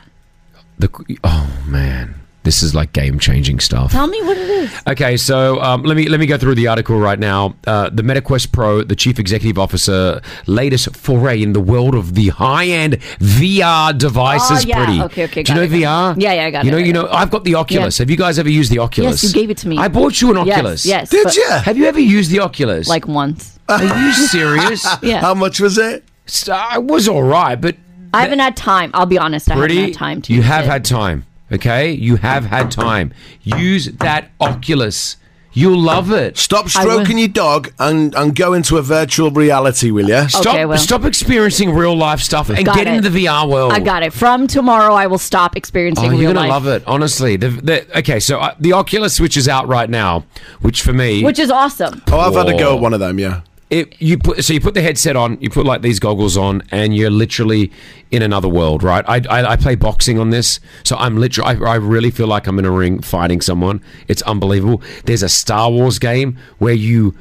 [SPEAKER 6] The qu- oh man, this is like game changing stuff.
[SPEAKER 9] Tell me what it is.
[SPEAKER 6] Okay, so um, let me let me go through the article right now. Uh, the MetaQuest Pro, the chief executive officer, latest foray in the world of the high-end VR devices.
[SPEAKER 9] Oh, yeah.
[SPEAKER 6] Pretty.
[SPEAKER 9] Okay, okay,
[SPEAKER 6] Do you
[SPEAKER 9] got
[SPEAKER 6] know
[SPEAKER 9] it,
[SPEAKER 6] VR?
[SPEAKER 9] got it. Yeah, yeah, I got
[SPEAKER 6] you
[SPEAKER 9] it,
[SPEAKER 6] know,
[SPEAKER 9] I
[SPEAKER 6] you
[SPEAKER 9] got
[SPEAKER 6] know, I've got the Oculus. Have you guys ever used the Oculus?
[SPEAKER 9] Yes, you gave it to me.
[SPEAKER 6] I bought you an
[SPEAKER 9] Yes,
[SPEAKER 6] Oculus.
[SPEAKER 9] yes, Did but- ya?
[SPEAKER 6] Have you ever used the Oculus?
[SPEAKER 9] Like once. <laughs>
[SPEAKER 6] Are you serious?
[SPEAKER 9] Yeah. How
[SPEAKER 6] much was it? I was uh, all right, but
[SPEAKER 9] I haven't had time. I'll be honest. I haven't had time to.
[SPEAKER 6] You
[SPEAKER 9] use
[SPEAKER 6] have
[SPEAKER 9] it.
[SPEAKER 6] had time, okay? You have had time. Use that Oculus. You'll love it.
[SPEAKER 1] Stop stroking your dog and, and go into a virtual reality, will you?
[SPEAKER 6] Stop, stop experiencing real life stuff and
[SPEAKER 9] Got
[SPEAKER 6] get
[SPEAKER 9] it.
[SPEAKER 6] into the VR world.
[SPEAKER 9] I got it. From tomorrow, I will stop experiencing
[SPEAKER 6] Oh,
[SPEAKER 9] real
[SPEAKER 6] you're gonna
[SPEAKER 9] life.
[SPEAKER 6] love it, honestly. The, the, okay, so uh, the Oculus, which is out right now, which for me,
[SPEAKER 9] Which is awesome.
[SPEAKER 1] Oh, I've had a go at one of them. Yeah.
[SPEAKER 6] It, you put so you put the headset on, you put like these goggles on, and you're literally in another world, right? I, I, I play boxing on this, so I'm literally I, I really feel like I'm in a ring fighting someone. It's unbelievable. There's a Star Wars game where you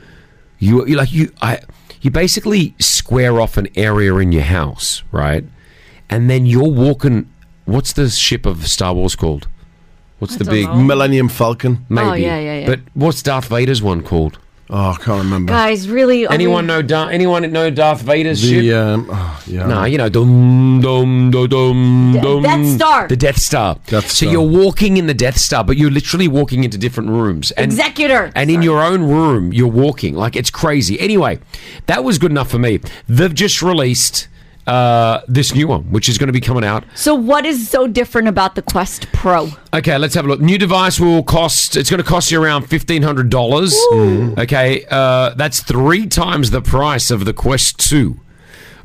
[SPEAKER 6] you you like you I you basically square off an area in your house, right? And then you're walking. What's the ship of Star Wars called? What's
[SPEAKER 1] I
[SPEAKER 6] the
[SPEAKER 1] don't
[SPEAKER 6] big
[SPEAKER 1] know. Millennium Falcon?
[SPEAKER 6] Maybe.
[SPEAKER 9] Oh, yeah, yeah, yeah.
[SPEAKER 6] But what's Darth Vader's one called?
[SPEAKER 1] Oh, I can't remember.
[SPEAKER 9] Guys, really. are
[SPEAKER 6] Anyone
[SPEAKER 9] we-
[SPEAKER 6] know Darth? Anyone know Darth Vader's
[SPEAKER 1] The,
[SPEAKER 6] ship?
[SPEAKER 1] um, oh, yeah.
[SPEAKER 6] Nah, you know, dum dum dum dum dum.
[SPEAKER 9] Death Star.
[SPEAKER 6] The Death Star. So you're walking in the Death Star, but you're literally walking into different rooms. And,
[SPEAKER 9] Executor.
[SPEAKER 6] And in your own room, you're walking like it's crazy. Anyway, that was good enough for me. They've just released uh, this new one, which is going to be coming out
[SPEAKER 9] So what is so different about the Quest Pro?
[SPEAKER 6] Okay, let's have a look. New device will cost. It's going to cost you around fifteen hundred dollars. Okay, uh, that's three times the price of the Quest Two.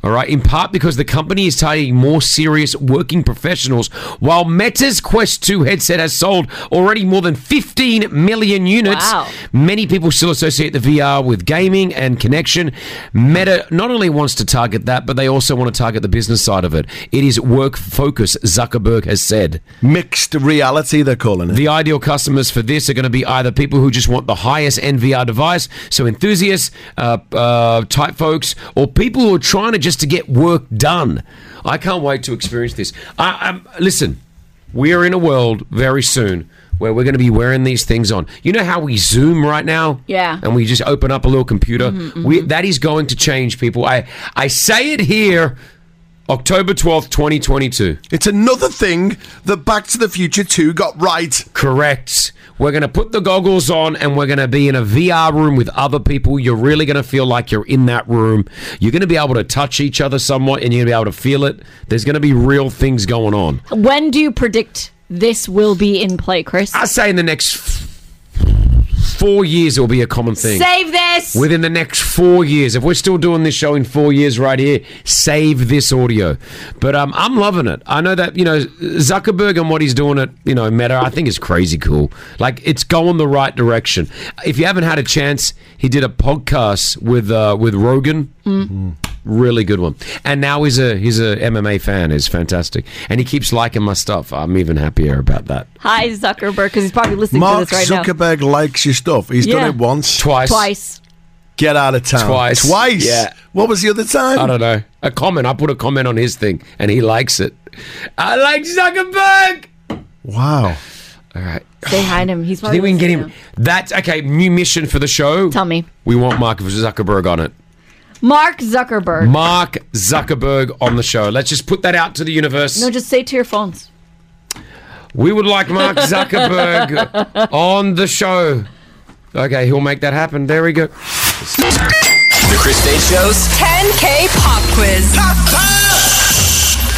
[SPEAKER 6] All right, in part because the company is targeting more serious working professionals, while Meta's Quest 2 headset has sold already more than 15 million units.
[SPEAKER 16] Wow.
[SPEAKER 6] Many people still associate the VR with gaming and connection. Meta not only wants to target that, but they also want to target the business side of it. It is work focused, Zuckerberg has said.
[SPEAKER 1] Mixed reality, they're calling it.
[SPEAKER 6] The ideal customers for this are going to be either people who just want the highest end VR device, so enthusiasts uh, uh, type folks, or people who are trying to just to get work done. I can't wait to experience this. I, I'm, listen, we are in a world very soon where we're going to be wearing these things on. You know how we Zoom right now?
[SPEAKER 9] Yeah.
[SPEAKER 6] and we just open up a little computer. We, that is going to change people. I I say it here, October twelfth, twenty twenty two.
[SPEAKER 1] It's another thing that Back to the Future Two got right.
[SPEAKER 6] Correct. We're going to put the goggles on and we're going to be in a VR room with other people. You're really going to feel like you're in that room. You're going to be able to touch each other somewhat and you're going to be able to feel it. There's going to be real things going on.
[SPEAKER 9] When do you predict this will be in play, Chris?
[SPEAKER 6] I say in the next f- four years, it will be a common thing.
[SPEAKER 9] Save this.
[SPEAKER 6] Within the next four years, if we're still doing this show in four years right here, save this audio. But um, I'm loving it. I know that, you know, Zuckerberg and what he's doing at, you know, Meta, I think is crazy cool. Like, it's going the right direction. If you haven't had a chance, he did a podcast with uh, with Rogan.
[SPEAKER 2] Mm-hmm.
[SPEAKER 6] Really good one. And now he's a he's a MMA fan. Is fantastic. And he keeps liking my stuff. I'm even happier about that.
[SPEAKER 9] Hi Zuckerberg, because he's probably listening
[SPEAKER 1] Mark
[SPEAKER 9] to this right
[SPEAKER 1] Zuckerberg likes your stuff. He's
[SPEAKER 9] Yeah.
[SPEAKER 1] done it once,
[SPEAKER 9] now.
[SPEAKER 6] twice,
[SPEAKER 9] Twice.
[SPEAKER 1] Get out of town.
[SPEAKER 6] Twice.
[SPEAKER 1] Twice. <laughs>
[SPEAKER 6] Yeah.
[SPEAKER 1] What was the other time?
[SPEAKER 6] I don't know. A comment. I put a comment on his thing, and he likes it. I like Zuckerberg.
[SPEAKER 1] Wow.
[SPEAKER 6] All right.
[SPEAKER 9] Say hi to him. He's
[SPEAKER 6] Do you
[SPEAKER 9] probably.
[SPEAKER 6] think we can get
[SPEAKER 9] listening
[SPEAKER 6] him? That's okay. New mission for the show. Tell
[SPEAKER 9] me.
[SPEAKER 6] We want Mark Zuckerberg on it.
[SPEAKER 9] now. Mark Zuckerberg.
[SPEAKER 6] Mark Zuckerberg on the show. Let's just put that out to the universe.
[SPEAKER 9] no, just say to your phones.
[SPEAKER 6] We would like
[SPEAKER 9] <laughs>
[SPEAKER 6] Mark Zuckerberg on the show. Okay, he'll make that happen. There we go.
[SPEAKER 2] The Chris Day Show's
[SPEAKER 4] 10K pop quiz.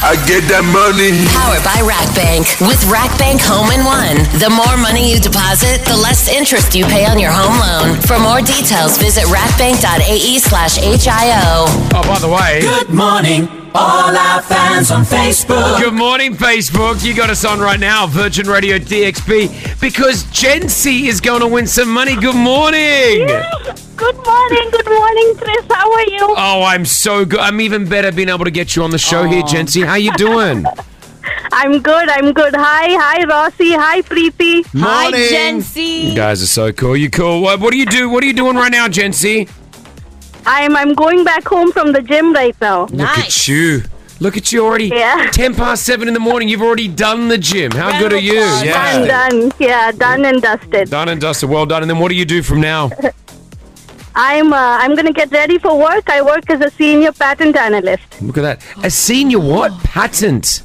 [SPEAKER 2] I get that money.
[SPEAKER 4] Powered by RackBank. With RackBank Home in One. The more money you deposit, the less interest you pay on your home loan. For more details, visit rackbank.ae slash HIO.
[SPEAKER 6] Oh, by the way. Good morning, all our fans on Facebook. Good morning, Facebook. You got us on right now, Virgin Radio DXB, because Gen C is going to win some money. Good morning.
[SPEAKER 17] Good morning, good morning, Chris. How are you?
[SPEAKER 6] Oh, I'm so good. I'm even better being able to get you on the show here, Gen C. How you doing?
[SPEAKER 17] I'm good, I'm good. Hi, hi, Rossi. Hi, Preeti.
[SPEAKER 6] Morning. You guys are so cool. You cool? What, what do you do? What are you doing right now, Gen C?
[SPEAKER 17] I'm I'm going back home from the gym right now.
[SPEAKER 6] Look at you. Look at you already.
[SPEAKER 17] Yeah.
[SPEAKER 6] <laughs> Ten past seven in the morning. You've already done the gym. How good are you?
[SPEAKER 17] I'm done. Yeah, done and dusted.
[SPEAKER 6] Done and dusted. Well done. And then what do you do from now?
[SPEAKER 17] I'm uh, I'm gonna get ready for work. I work as a senior patent analyst.
[SPEAKER 6] Look at that. A senior what? Patent.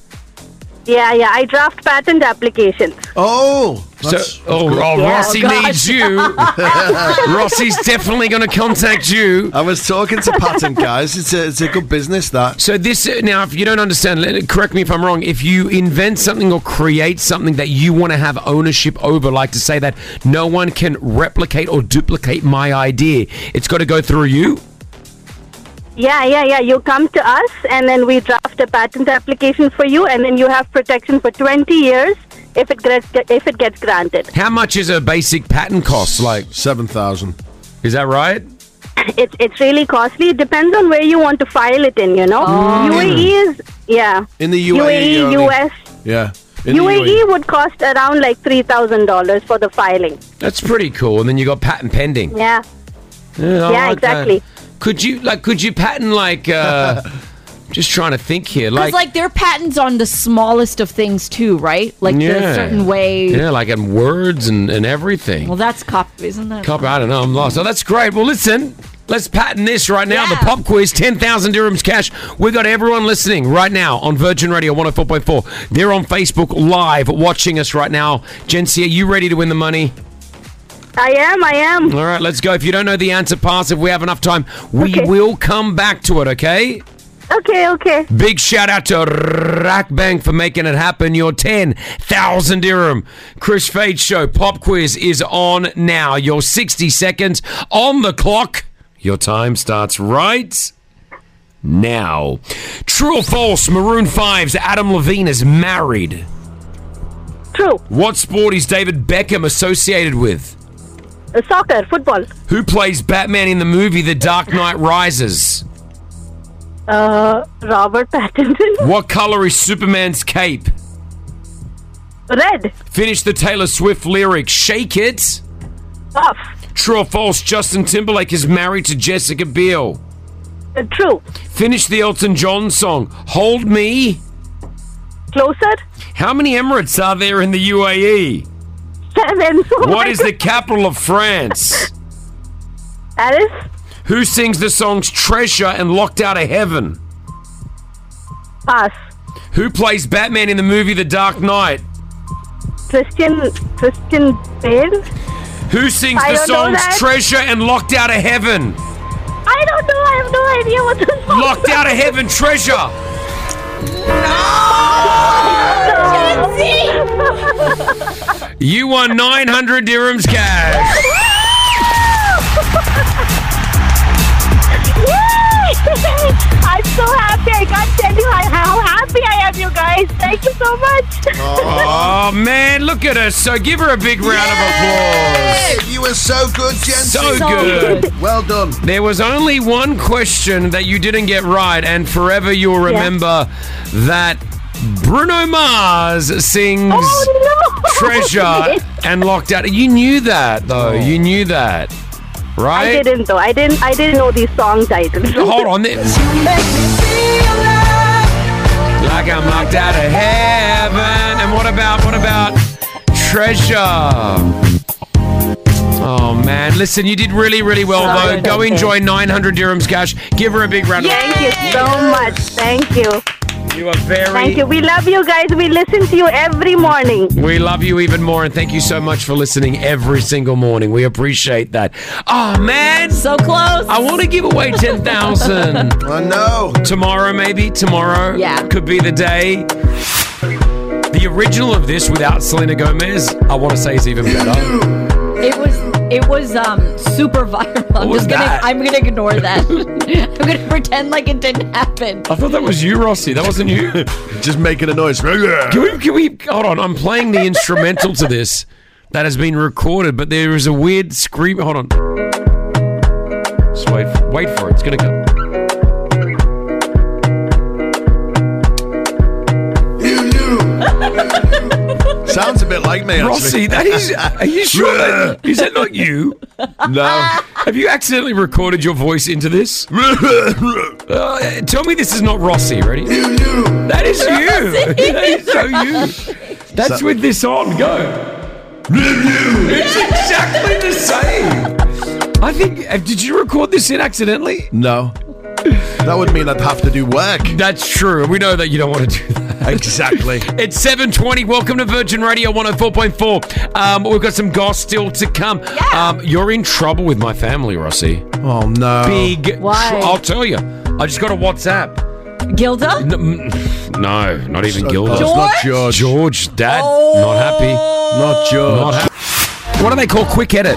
[SPEAKER 17] Yeah, yeah. I draft patent applications.
[SPEAKER 1] Oh,
[SPEAKER 6] So, oh, oh,
[SPEAKER 17] Yeah,
[SPEAKER 6] Rossi
[SPEAKER 17] oh, gosh.
[SPEAKER 6] needs you.
[SPEAKER 9] <laughs>
[SPEAKER 6] Rossi's definitely going to contact you.
[SPEAKER 1] I was talking to patent guys. It's a, it's a good business that.
[SPEAKER 6] So this uh, now, if you don't understand, let- correct me if I'm wrong. If you invent something or create something that you want to have ownership over, like to say that no one can replicate or duplicate my idea, it's got to go through you.
[SPEAKER 17] Yeah, yeah, yeah. You come to us, and then we draft a patent application for you, and then you have protection for 20 years if it gets if it gets granted.
[SPEAKER 6] How much is a basic patent cost? Like
[SPEAKER 1] seven thousand.
[SPEAKER 6] Is that right?
[SPEAKER 17] It's it's really costly. It depends on where you want to file it in. You know, UAE is yeah. E,
[SPEAKER 1] In the
[SPEAKER 6] E,
[SPEAKER 1] UAE,
[SPEAKER 17] UAE,
[SPEAKER 1] you're only-
[SPEAKER 17] US.
[SPEAKER 1] Yeah. In the E.
[SPEAKER 17] UAE E would cost around like three thousand dollars for the filing.
[SPEAKER 6] That's pretty cool. And then you got patent pending.
[SPEAKER 17] Yeah,
[SPEAKER 6] Yeah, I
[SPEAKER 17] Yeah,
[SPEAKER 6] like that.
[SPEAKER 17] exactly.
[SPEAKER 6] Could you like? Could you patent like? uh
[SPEAKER 1] <laughs>
[SPEAKER 6] Just trying to think here.
[SPEAKER 9] Because
[SPEAKER 6] Like,
[SPEAKER 9] like, their patents on the smallest of things too, right? Like the
[SPEAKER 6] Yeah.
[SPEAKER 9] certain way.
[SPEAKER 6] yeah, like in words and and everything.
[SPEAKER 9] Well, that's cop, isn't that?
[SPEAKER 6] Copper, I don't know. I'm lost. Oh, that's great. Well, listen, let's patent this right now. The pop quiz, 10,000 dirhams cash. we got everyone listening right now on Virgin Radio 104.4. They're on Facebook Live watching us right now. Jency, are you ready to win the money?
[SPEAKER 17] I am. I am.
[SPEAKER 6] All right, let's go. If you don't know the answer, pass. If we have enough time, we will come back to it, okay?
[SPEAKER 17] Okay, okay.
[SPEAKER 6] Big shout out to Rack Bank for making it happen. Your 10,000 dirham. Chris Fade Show pop quiz is on now. Your 60 seconds on the clock. Your time starts right now. True or false, Maroon 5's Adam Levine is married.
[SPEAKER 17] True.
[SPEAKER 6] What sport is David Beckham associated with?
[SPEAKER 17] Uh, soccer, football.
[SPEAKER 6] Who plays Batman in the movie The Dark Knight Rises?
[SPEAKER 17] Uh, Robert <laughs> Pattinson.
[SPEAKER 6] What color is Superman's cape?
[SPEAKER 17] Red.
[SPEAKER 6] Finish the Taylor Swift lyric, Shake It.
[SPEAKER 17] Off.
[SPEAKER 6] True or false, Justin Timberlake is married to Jessica Biel.
[SPEAKER 17] Uh, true.
[SPEAKER 6] Finish the Elton John song, Hold Me.
[SPEAKER 17] Closer.
[SPEAKER 6] How many Emirates are there in the UAE?
[SPEAKER 17] Seven. <laughs> Oh
[SPEAKER 6] What is the capital of France?
[SPEAKER 17] Alice?
[SPEAKER 6] Who sings the songs Treasure and Locked Out of Heaven?
[SPEAKER 17] Pass.
[SPEAKER 6] Who plays Batman in the movie The Dark Knight?
[SPEAKER 17] Christian Christian Bale.
[SPEAKER 6] Who sings
[SPEAKER 17] I
[SPEAKER 6] the
[SPEAKER 17] don't know
[SPEAKER 6] songs
[SPEAKER 17] that.
[SPEAKER 6] Treasure and Locked Out of Heaven?
[SPEAKER 17] I don't know. I have no idea what the song.
[SPEAKER 6] Locked Out of Heaven, Treasure. You won 900 dirhams cash.
[SPEAKER 17] <laughs> <laughs> I'm so happy. I can't tell you how- how happy I am, you guys. Thank you so much.
[SPEAKER 2] <laughs>
[SPEAKER 6] Oh man, look at her. So give her a big round of applause.
[SPEAKER 1] You were so good, Jensen.
[SPEAKER 6] So good.
[SPEAKER 1] Well done.
[SPEAKER 6] There was only one question that you didn't get right, and forever you'll
[SPEAKER 1] Yeah.
[SPEAKER 6] remember that Bruno Mars sings
[SPEAKER 17] Oh, <laughs>
[SPEAKER 6] Treasure and Locked Out. You knew that, though.
[SPEAKER 1] Oh.
[SPEAKER 6] You knew that,
[SPEAKER 17] I
[SPEAKER 6] right?
[SPEAKER 17] didn't though. I didn't. I didn't know these song titles. <laughs>
[SPEAKER 6] Hold on. there- Like I'm locked out of heaven. And what about what about treasure? Oh man, listen, you did really, really well
[SPEAKER 17] Oh,
[SPEAKER 6] though.
[SPEAKER 17] good,
[SPEAKER 6] Go
[SPEAKER 17] okay.
[SPEAKER 6] enjoy 900 dirhams cash. Give her a big round. of
[SPEAKER 17] Thank you so much. Thank you.
[SPEAKER 6] You are very.
[SPEAKER 17] Thank you. We love you guys. We listen to you every morning.
[SPEAKER 6] We love you even more, and thank you so much for listening every single morning. We appreciate that. Oh man,
[SPEAKER 9] so close.
[SPEAKER 6] I want to give away ten thousand.
[SPEAKER 1] I know.
[SPEAKER 6] Tomorrow, maybe tomorrow.
[SPEAKER 9] Yeah.
[SPEAKER 6] could be the day. The original of this without Selena Gomez, I want to say, is even better.
[SPEAKER 9] It was it was um super <laughs> viral. I'm
[SPEAKER 6] was
[SPEAKER 9] just gonna
[SPEAKER 6] that?
[SPEAKER 9] I'm gonna ignore
[SPEAKER 6] <laughs>
[SPEAKER 9] that. I'm gonna pretend like it didn't happen.
[SPEAKER 6] I thought that was you, Rossi. That wasn't
[SPEAKER 1] <laughs>
[SPEAKER 6] you.
[SPEAKER 1] Just making a noise.
[SPEAKER 6] Can we, can we? Hold on. I'm playing the instrumental to this that has been recorded, but there is a weird scream. Hold on. Just wait. Wait for it. It's gonna come. <laughs>
[SPEAKER 1] Sounds a bit like me, actually.
[SPEAKER 6] Rossi, that is.
[SPEAKER 1] <laughs>
[SPEAKER 6] Are you sure? That, is that not you?
[SPEAKER 1] No.
[SPEAKER 6] Have you accidentally recorded your voice into this? Uh, tell me this is not Rossi. Ready? That is you. <laughs> That is so you. That's with this on. Go. it's exactly the same. I think. uh, Did you record this in accidentally?
[SPEAKER 1] No. That would mean I'd have to do work.
[SPEAKER 6] That's true. We know that you don't want to do that.
[SPEAKER 1] Exactly.
[SPEAKER 6] <laughs> it's 720. Welcome to Virgin Radio 104.4. Um, we've got some goss still to come. Um, you're in trouble with my family, Rossi.
[SPEAKER 1] Oh, no.
[SPEAKER 6] Big.
[SPEAKER 9] Why?
[SPEAKER 6] tr- I'll tell you. I just got a WhatsApp.
[SPEAKER 9] Gilda?
[SPEAKER 6] No, not even Gilda.
[SPEAKER 9] it's not
[SPEAKER 6] George. George, Dad, not happy. Not George. Not happy. What do they call quick edit?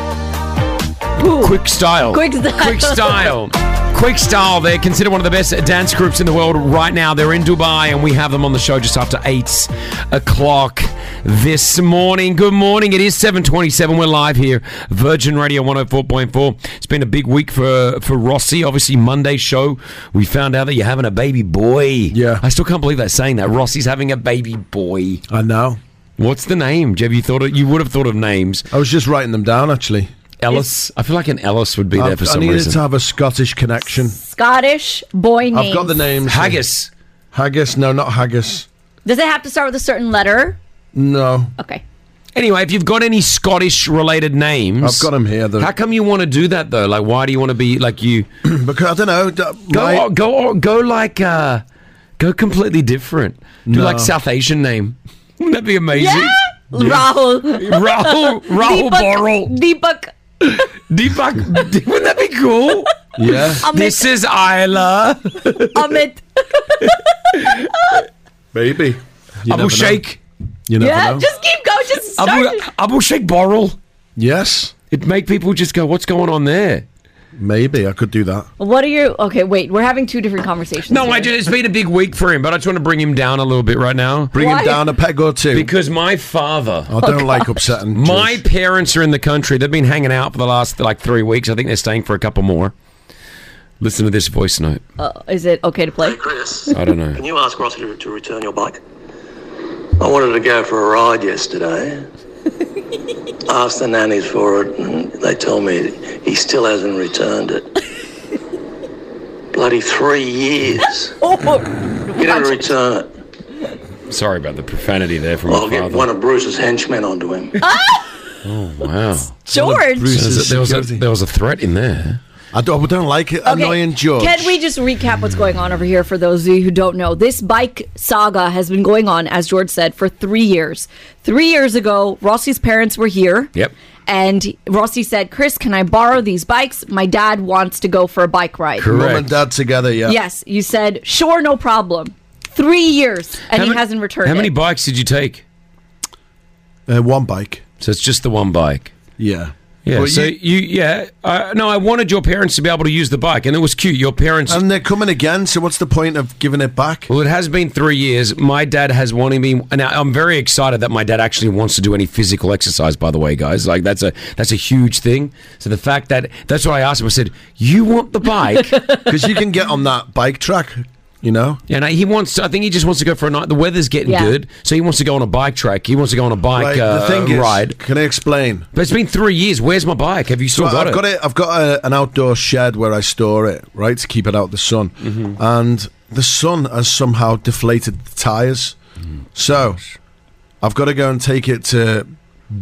[SPEAKER 6] Quick style.
[SPEAKER 9] Quick style.
[SPEAKER 6] Quick style. Quick Style, they're considered one of the best dance groups in the world right now. They're in Dubai and we have them on the show just after 8 o'clock this morning. Good morning. It is 7.27. We're live here. Virgin Radio 104.4. It's been a big week for, for Rossi. Obviously, Monday's show, we found out that you're having a baby boy. Yeah. I still can't believe they're saying that. Rossi's having a baby boy.
[SPEAKER 1] I know.
[SPEAKER 6] What's the name? Have you thought of, you would have thought of names.
[SPEAKER 1] I was just writing them down, actually.
[SPEAKER 6] Ellis. I feel like an Ellis would be there
[SPEAKER 1] I've-
[SPEAKER 6] for
[SPEAKER 1] I
[SPEAKER 6] some
[SPEAKER 1] needed
[SPEAKER 6] reason.
[SPEAKER 1] to have a Scottish connection.
[SPEAKER 9] Scottish boy name.
[SPEAKER 1] I've got the names.
[SPEAKER 6] Haggis.
[SPEAKER 1] Haggis. No, not haggis.
[SPEAKER 9] Does it have to start with a certain letter?
[SPEAKER 1] No.
[SPEAKER 9] Okay.
[SPEAKER 6] Anyway, if you've got any Scottish related names,
[SPEAKER 1] I've got 'em here, though.
[SPEAKER 6] How come you want to do that though? Like, why do you want to be like you? <clears throat>
[SPEAKER 1] <clears throat> because I don't know.
[SPEAKER 6] Go, go, go, like, uh, go completely different. Do
[SPEAKER 1] No.
[SPEAKER 6] like South Asian name. <laughs> Wouldn't that be amazing?
[SPEAKER 9] Rahul. <laughs>
[SPEAKER 6] Rahul- Rahul
[SPEAKER 9] Deepak,
[SPEAKER 6] Borel.
[SPEAKER 9] Deepak.
[SPEAKER 6] Deepak. <laughs> Wouldn't that be cool?
[SPEAKER 1] Yeah.
[SPEAKER 9] Amit.
[SPEAKER 6] This is Isla.
[SPEAKER 9] Amit.
[SPEAKER 1] Maybe.
[SPEAKER 6] Abu Sheikh.
[SPEAKER 1] You
[SPEAKER 9] yeah, just keep going. Just start.
[SPEAKER 6] Abu, Abu Sheikh Borrell.
[SPEAKER 1] Yes.
[SPEAKER 6] It'd make people just go, what's going on there?
[SPEAKER 1] Maybe I could do that.
[SPEAKER 9] what are your? Okay, wait. We're having two different conversations.
[SPEAKER 6] No,
[SPEAKER 9] here.
[SPEAKER 6] I just, it's been a big week for him, but I just want to bring him down a little bit right now.
[SPEAKER 1] Bring him Why? down a peg or two.
[SPEAKER 6] Because my father.
[SPEAKER 1] I don't like upsetting.
[SPEAKER 6] <laughs> My parents are in the country. They've been hanging out for the last like three weeks. I think they're staying for a couple more. Listen to this voice note.
[SPEAKER 9] Uh, is it okay to play?
[SPEAKER 16] Chris.
[SPEAKER 6] I don't know.
[SPEAKER 16] Can you ask Rossi to, to return your bike? I wanted to go for a ride
[SPEAKER 6] <laughs>
[SPEAKER 16] yesterday. Asked the nannies for it, and they tell me he still hasn't returned it.
[SPEAKER 6] <laughs>
[SPEAKER 16] Bloody three years.
[SPEAKER 6] Oh,
[SPEAKER 16] You didn't return it.
[SPEAKER 6] Sorry about the profanity there from
[SPEAKER 16] I'll
[SPEAKER 6] my
[SPEAKER 16] get
[SPEAKER 6] father.
[SPEAKER 16] one of Bruce's henchmen onto him.
[SPEAKER 6] <laughs> Oh wow,
[SPEAKER 9] George.
[SPEAKER 1] Bruce's
[SPEAKER 6] there was, a, there was a-
[SPEAKER 1] security.
[SPEAKER 6] there was a threat in there.
[SPEAKER 1] I don't, I don't like it. Annoying George.
[SPEAKER 9] Can we just recap what's going on over here for those of you who don't know? This bike saga has been going on, as George said, for three years. Three years ago, Rossi's parents were here.
[SPEAKER 6] Yep.
[SPEAKER 9] And Rossi said, Chris, can I borrow these bikes? My dad wants to go for a bike ride.
[SPEAKER 1] Mum and dad together. Yeah.
[SPEAKER 9] Yes. You said, sure, no problem. Three years, and
[SPEAKER 6] How
[SPEAKER 9] he
[SPEAKER 6] many-
[SPEAKER 9] hasn't returned
[SPEAKER 6] How many
[SPEAKER 9] it.
[SPEAKER 6] bikes did you take?
[SPEAKER 1] Uh, one bike.
[SPEAKER 6] So it's just the one bike.
[SPEAKER 1] Yeah.
[SPEAKER 6] Yeah.
[SPEAKER 1] Well,
[SPEAKER 6] so you,
[SPEAKER 1] you-
[SPEAKER 6] yeah. Uh, no, I wanted your parents to be able to use the bike, and it was cute. Your parents.
[SPEAKER 1] And they're coming again. So what's the point of giving it back?
[SPEAKER 6] Well, it has been three years. My dad has wanted me, and I- I'm very excited that my dad actually wants to do any physical exercise. By the way, guys, like that's a that's a huge thing. So the fact that that's what I asked him. I said, "You want
[SPEAKER 1] <laughs>
[SPEAKER 6] the bike?"
[SPEAKER 1] Because you can get on that bike track. You know.
[SPEAKER 6] And I- he wants. To, I think he just wants to go for a night. The weather's getting
[SPEAKER 1] Yeah.
[SPEAKER 6] good, so he wants to go on a bike track. He wants to go on a bike
[SPEAKER 1] Right,
[SPEAKER 6] uh,
[SPEAKER 1] the thing is,
[SPEAKER 6] ride.
[SPEAKER 1] Can I explain?
[SPEAKER 6] But it's been three years. Where's my bike? Have you still
[SPEAKER 1] So
[SPEAKER 6] got,
[SPEAKER 1] I've
[SPEAKER 6] it?
[SPEAKER 1] got it. I've got a, an outdoor shed where I store it, right, to keep it out the sun.
[SPEAKER 6] Mm-hmm.
[SPEAKER 1] And the sun has somehow deflated the tires.
[SPEAKER 6] Mm.
[SPEAKER 1] So I've got to go and take it to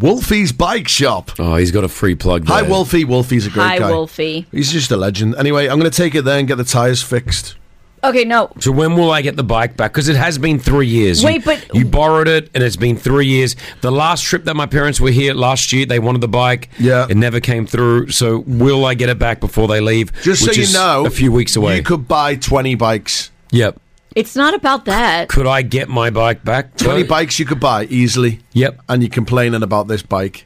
[SPEAKER 1] Wolfie's bike shop.
[SPEAKER 6] Oh, he's got a free plug.
[SPEAKER 1] Hi,
[SPEAKER 6] there.
[SPEAKER 1] Wolfie. Wolfie's a great
[SPEAKER 9] Hi,
[SPEAKER 1] guy.
[SPEAKER 9] Wolfie.
[SPEAKER 1] He's just a legend. Anyway, I'm going to take it there and get the tires fixed.
[SPEAKER 9] Okay, no.
[SPEAKER 6] So when will I get the bike back? Because it has been three years. You-
[SPEAKER 9] Wait, but-
[SPEAKER 6] you borrowed it, and it's been three years. The last trip that my parents were here last year, they wanted the bike. Yeah, it never came through. So will I get it back before they leave?
[SPEAKER 1] Just
[SPEAKER 6] Which
[SPEAKER 1] so you
[SPEAKER 6] is
[SPEAKER 1] know,
[SPEAKER 6] a few weeks away.
[SPEAKER 1] You could buy 20 bikes.
[SPEAKER 6] Yep.
[SPEAKER 9] It's not about that.
[SPEAKER 6] Could I get my bike back?
[SPEAKER 1] 20 bikes you could buy easily.
[SPEAKER 6] Yep.
[SPEAKER 1] And you're complaining about this bike.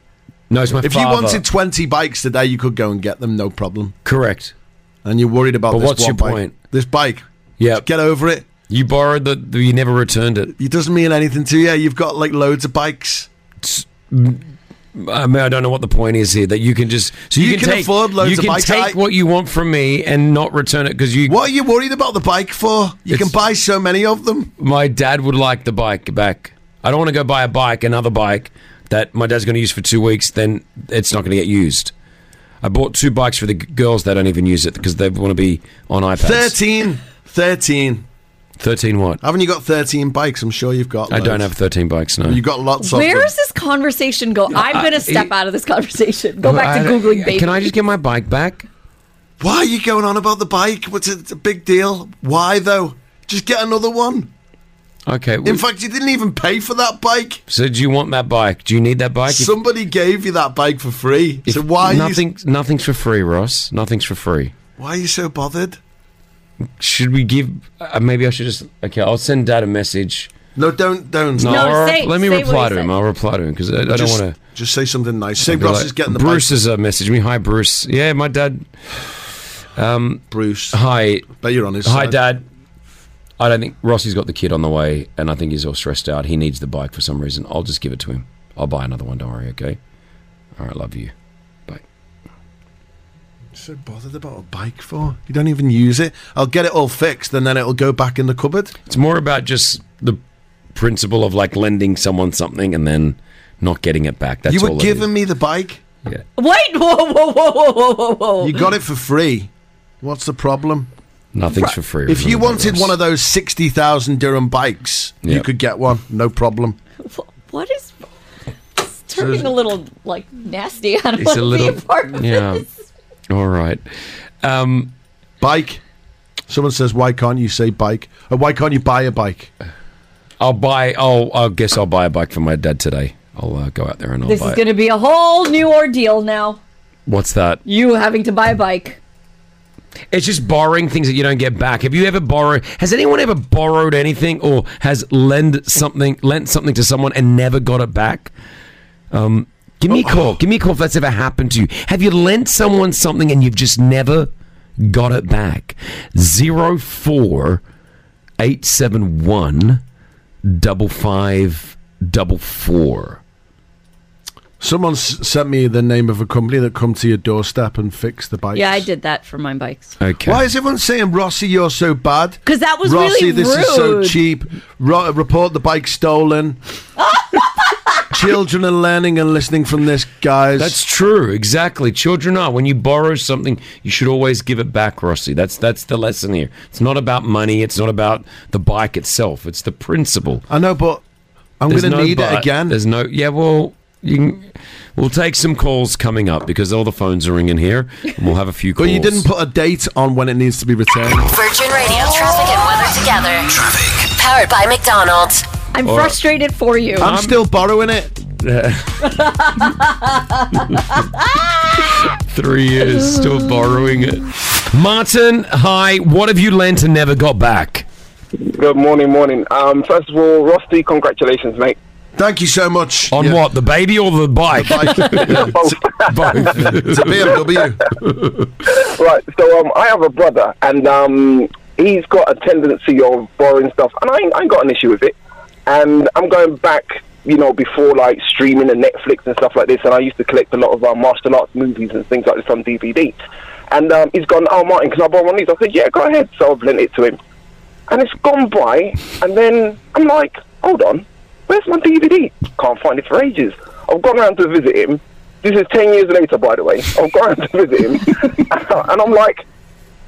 [SPEAKER 6] No, it's my
[SPEAKER 1] If
[SPEAKER 6] father.
[SPEAKER 1] you wanted 20 bikes today, you could go and get them, no problem.
[SPEAKER 6] Correct.
[SPEAKER 1] And you're worried about
[SPEAKER 6] But
[SPEAKER 1] this
[SPEAKER 6] what's
[SPEAKER 1] one
[SPEAKER 6] your
[SPEAKER 1] bike.
[SPEAKER 6] point?
[SPEAKER 1] This bike.
[SPEAKER 6] Yeah.
[SPEAKER 1] Get over it.
[SPEAKER 6] You borrowed the, the- You never returned it.
[SPEAKER 1] It doesn't mean anything to you. You've got like loads of bikes.
[SPEAKER 6] I mean, I don't know what the point is here. That you can just so you,
[SPEAKER 1] You can
[SPEAKER 6] take,
[SPEAKER 1] afford loads
[SPEAKER 6] you
[SPEAKER 1] of
[SPEAKER 6] can
[SPEAKER 1] bikes.
[SPEAKER 6] take
[SPEAKER 1] I-
[SPEAKER 6] what you want from me and not return it because you.
[SPEAKER 1] What are you worried about the bike for? You can
[SPEAKER 6] It's-
[SPEAKER 1] buy so many of them.
[SPEAKER 6] My dad would like the bike back. I don't want to go buy a bike, another bike that my dad's going to use for two weeks. Then it's not going to get used. I bought two bikes for the g- girls. They don't even use it because they want to be on iPads.
[SPEAKER 1] 13. 13.
[SPEAKER 6] Thirteen what?
[SPEAKER 1] Haven't you got 13 bikes? I'm sure you've got.
[SPEAKER 6] I don't
[SPEAKER 1] loads.
[SPEAKER 6] have thirteen bikes. No,
[SPEAKER 1] You've got lots of
[SPEAKER 9] Where
[SPEAKER 1] them.
[SPEAKER 9] is this conversation go? I'm
[SPEAKER 6] I-
[SPEAKER 9] going to step
[SPEAKER 6] I-
[SPEAKER 9] out of this conversation. Go
[SPEAKER 6] I
[SPEAKER 9] back to
[SPEAKER 6] don't-
[SPEAKER 9] Googling baby.
[SPEAKER 6] Can I just get my bike back?
[SPEAKER 1] Why are you going on about the bike? What's a, it's a big deal? Why though? Just get another one.
[SPEAKER 6] Okay.
[SPEAKER 1] In fact, you didn't even pay for that bike.
[SPEAKER 6] So do you want that bike? Do you need that bike? If-
[SPEAKER 1] Somebody gave you that bike for free.
[SPEAKER 6] if
[SPEAKER 1] so why are, you,
[SPEAKER 6] nothing, nothing's for free, Ross. Nothing's for free.
[SPEAKER 1] why are you so bothered?
[SPEAKER 6] Should we give? Uh, maybe I should just. Okay, I'll send Dad a message.
[SPEAKER 1] No, don't, don't.
[SPEAKER 6] No,
[SPEAKER 1] No,
[SPEAKER 6] I'll-
[SPEAKER 1] say-
[SPEAKER 6] let me
[SPEAKER 1] say what
[SPEAKER 6] reply
[SPEAKER 1] he
[SPEAKER 6] to him.
[SPEAKER 1] said.
[SPEAKER 6] I'll reply to him because I, I don't
[SPEAKER 1] Just-
[SPEAKER 6] want to.
[SPEAKER 1] Just say something nice. Say Ross is getting the bike.
[SPEAKER 6] Bruce is a message me. Hi, Bruce. Yeah, my dad. Um,
[SPEAKER 1] Bruce.
[SPEAKER 6] Hi.
[SPEAKER 1] But you're on his
[SPEAKER 6] Hi,
[SPEAKER 1] side.
[SPEAKER 6] Dad. I don't think Rossi's got the kid on the way, and I think he's all stressed out. He needs the bike for some reason. I'll just give it to him. I'll buy another one. Don't worry. Okay. All right. Love you.
[SPEAKER 1] So bothered about a bike for? You don't even use it. I'll get it all fixed and then it'll go back in the cupboard.
[SPEAKER 6] It's more about just the principle of like lending someone something and then not getting it back. That's
[SPEAKER 1] you
[SPEAKER 6] all
[SPEAKER 1] were
[SPEAKER 6] it is.
[SPEAKER 1] giving me the bike.
[SPEAKER 6] Yeah.
[SPEAKER 9] Wait, whoa, whoa, whoa, whoa, whoa, whoa, whoa.
[SPEAKER 1] You got it for free. What's the problem?
[SPEAKER 6] Nothing's
[SPEAKER 1] Right.
[SPEAKER 6] for free.
[SPEAKER 1] If you
[SPEAKER 6] remember,
[SPEAKER 1] wanted
[SPEAKER 6] Ross.
[SPEAKER 1] one of those 60,000 dirham bikes, you
[SPEAKER 6] Yep.
[SPEAKER 1] could get one. No problem.
[SPEAKER 9] What is? It's turning a little like nasty. I don't
[SPEAKER 6] It's
[SPEAKER 9] want
[SPEAKER 6] a
[SPEAKER 9] to be a part
[SPEAKER 6] little.
[SPEAKER 9] of
[SPEAKER 6] Yeah.
[SPEAKER 9] this.
[SPEAKER 6] All right. Um,
[SPEAKER 1] Bike. Someone says, why can't you say bike? Or why can't you buy a bike?
[SPEAKER 6] I'll buy. I'll. I guess I'll buy a bike for my dad today. I'll uh, go out there and I'll
[SPEAKER 9] This
[SPEAKER 6] buy.
[SPEAKER 9] is
[SPEAKER 6] it.
[SPEAKER 9] going to be a whole new ordeal now.
[SPEAKER 6] What's that?
[SPEAKER 9] You having to buy a bike.
[SPEAKER 6] It's just borrowing things that you don't get back. Have you ever borrowed? Has anyone ever borrowed anything or has lend something lent something to someone and never got it back? Um, give me a call. Give me a call if that's ever happened to you. Have you lent someone something and you've just never got it back? Zero four eight seven one double five double four.
[SPEAKER 1] Someone s- sent me the name of a company that come to your doorstep and fix the bike.
[SPEAKER 9] Yeah, I did that for my bikes.
[SPEAKER 6] Okay.
[SPEAKER 1] Why is everyone saying Rossi, you're so bad?
[SPEAKER 9] 'Cause that was
[SPEAKER 1] Rossi,
[SPEAKER 9] really
[SPEAKER 1] this is so
[SPEAKER 9] rude. <laughs>
[SPEAKER 1] cheap. Ro- uh, report the bike stolen. Children are learning and listening from this, guys.
[SPEAKER 6] That's true. Exactly. Children are. When you borrow something, you should always give it back, Rossi. That's that's the lesson here. It's not about money. It's not about the bike itself. It's the principle.
[SPEAKER 1] I know, but I'm
[SPEAKER 6] There's
[SPEAKER 1] going to
[SPEAKER 6] no
[SPEAKER 1] need it
[SPEAKER 6] but.
[SPEAKER 1] again.
[SPEAKER 6] There's no. Yeah. Well, you can, we'll take some calls coming up because all the phones are ringing here, and we'll have a few. calls.
[SPEAKER 1] But you didn't put a date on when it needs to be returned.
[SPEAKER 4] Virgin Radio traffic and weather together. Traffic. Powered by McDonald's.
[SPEAKER 9] I'm
[SPEAKER 1] All right.
[SPEAKER 9] frustrated for you.
[SPEAKER 1] I'm still borrowing it.
[SPEAKER 6] <laughs> Three years still borrowing it. Martin, hi. What have you lent and never got back?
[SPEAKER 18] Good morning, morning. Um, first of all, Rusty, congratulations, mate.
[SPEAKER 1] Thank you so much.
[SPEAKER 6] On what? The baby or the bike?
[SPEAKER 1] It's a BMW.
[SPEAKER 18] right, so um, I have a brother, and um, he's got a tendency of borrowing stuff, and I ain't, I ain't got an issue with it. And I'm going back, you know, before like streaming and Netflix and stuff like this, and I used to collect a lot of uh, martial arts movies and things like this on DVD. And um, he's gone, oh, Martin, can I borrow one of these? I said, yeah, go ahead. So I've lent it to him. And it's gone by, and then I'm like, hold on, where's my DVD? Can't find it for ages. I've gone round to visit him. This is 10 years later, by the way. I've gone round to visit him, <laughs> and I'm like,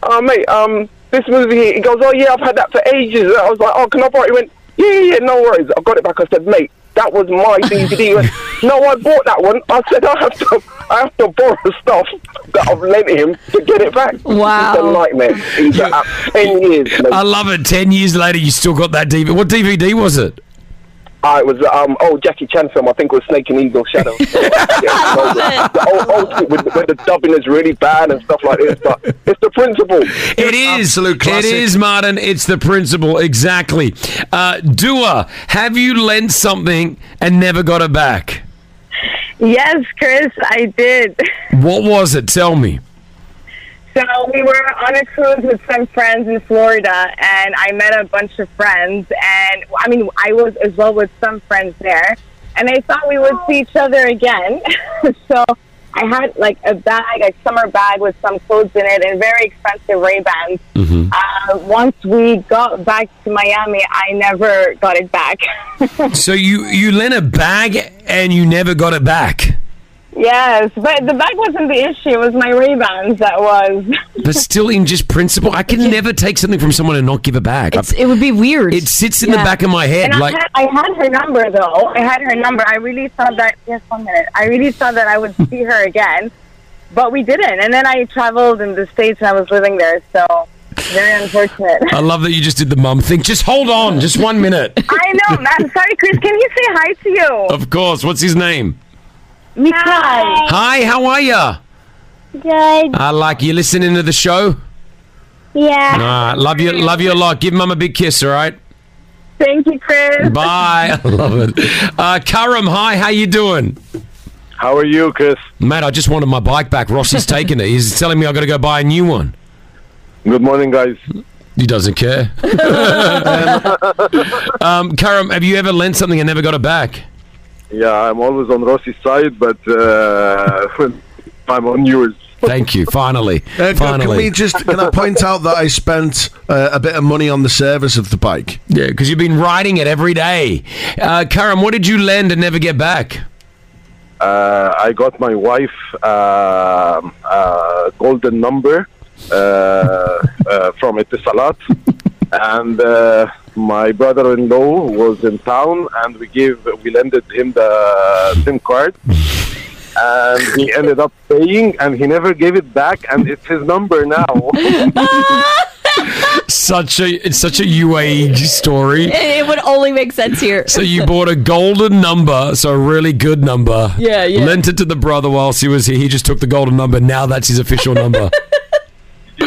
[SPEAKER 18] oh, mate, um, this movie here. He goes, oh, yeah, I've had that for ages. And I was like, oh, can I borrow it? He went, yeah, yeah, yeah, no worries. I got it back. I said, mate, that was my DVD. He went, no, I bought that one. I said, I have to, I have to borrow stuff that I've lent him to get it back.
[SPEAKER 9] Wow.
[SPEAKER 18] It's a nightmare. He's a- 10 years. mate.
[SPEAKER 6] I love it. Ten years later, you still got that DVD. What DVD was it?
[SPEAKER 18] Uh, it was um old Jackie Chan film. I think it was Snake and Eagle Shadow. yeah, old, the old, old shit with, where the dubbing is really bad and stuff like this. But it's the principle.
[SPEAKER 6] It is. It is, Martin. It's the principle. Exactly. Uh, Dua, have you lent something and never got it back?
[SPEAKER 11] Yes, Chris, I did.
[SPEAKER 6] What was it? Tell me.
[SPEAKER 11] So we were on a cruise with some friends in Florida, and I met a bunch of friends, and I mean, I was as well with some friends there, and I thought we would see each other again. <laughs> so I had like a bag, a summer bag with some clothes in it, and very expensive Ray Bans. Uh, once we got back to Miami, I never got it back. <laughs>
[SPEAKER 6] so you you lent a bag and you never got it back.
[SPEAKER 11] yes, but the bag wasn't the issue; it was my Ray Bans that was. <laughs>
[SPEAKER 6] But still, in just principle, I can never take something from someone and not give it back. I've-
[SPEAKER 9] it would be weird.
[SPEAKER 6] It sits in the back of my head.
[SPEAKER 11] And
[SPEAKER 6] like
[SPEAKER 11] I, had, I had her number
[SPEAKER 6] <laughs>
[SPEAKER 11] though. I had her number. I really thought that. Yes, one minute. I really thought that I would see her again. but we didn't. And then I traveled in the states and I was living there, so very unfortunate. <laughs>
[SPEAKER 6] I love that you just did the mum thing. Just hold on, just one minute.
[SPEAKER 11] I know, Matt. I'm sorry, Chris. Can he say hi to you?
[SPEAKER 6] Of course. What's his name?
[SPEAKER 11] Mikhail.
[SPEAKER 6] Hi, how are ya?
[SPEAKER 19] Good.
[SPEAKER 6] I like you listening to the show.
[SPEAKER 19] Yeah.
[SPEAKER 6] All right, love you, love you a lot. Give mum a big kiss. All right.
[SPEAKER 11] Thank you, Chris.
[SPEAKER 6] Bye. <laughs> I love it. Uh, Karim, hi. How you doing? How are you, Chris? Mate, I just wanted my bike back. Rossi's taking it. He's telling me I got to go buy a new one. Good morning, guys. He doesn't <laughs> care. um, Karim, have you ever lent something and never got it back?
[SPEAKER 12] Yeah, I'm always on Rossi's side, but uh, <laughs> I'm on yours.
[SPEAKER 6] Thank you. Finally,
[SPEAKER 1] Uh, can-
[SPEAKER 6] finally.
[SPEAKER 1] Can we just can I point out that I spent uh, a bit of money on the service of the bike?
[SPEAKER 6] Yeah, because you've been riding it every day. Uh, Karim, what did you lend and never get back?
[SPEAKER 12] Uh, I got my wife um uh, golden number uh, uh, from Etisalat, and uh, my brother-in-law was in town, and we gave we lended him the SIM card, and he ended up paying, and he never gave it back, and it's his number now.
[SPEAKER 6] Such a it's such a UAE <laughs> story.
[SPEAKER 9] It, it would only make sense here.
[SPEAKER 6] So you bought a golden number, so a really good number.
[SPEAKER 9] Yeah, yeah.
[SPEAKER 6] Lent it to the brother whilst he was here. He just took the golden number. Now that's his official number.
[SPEAKER 9] <laughs>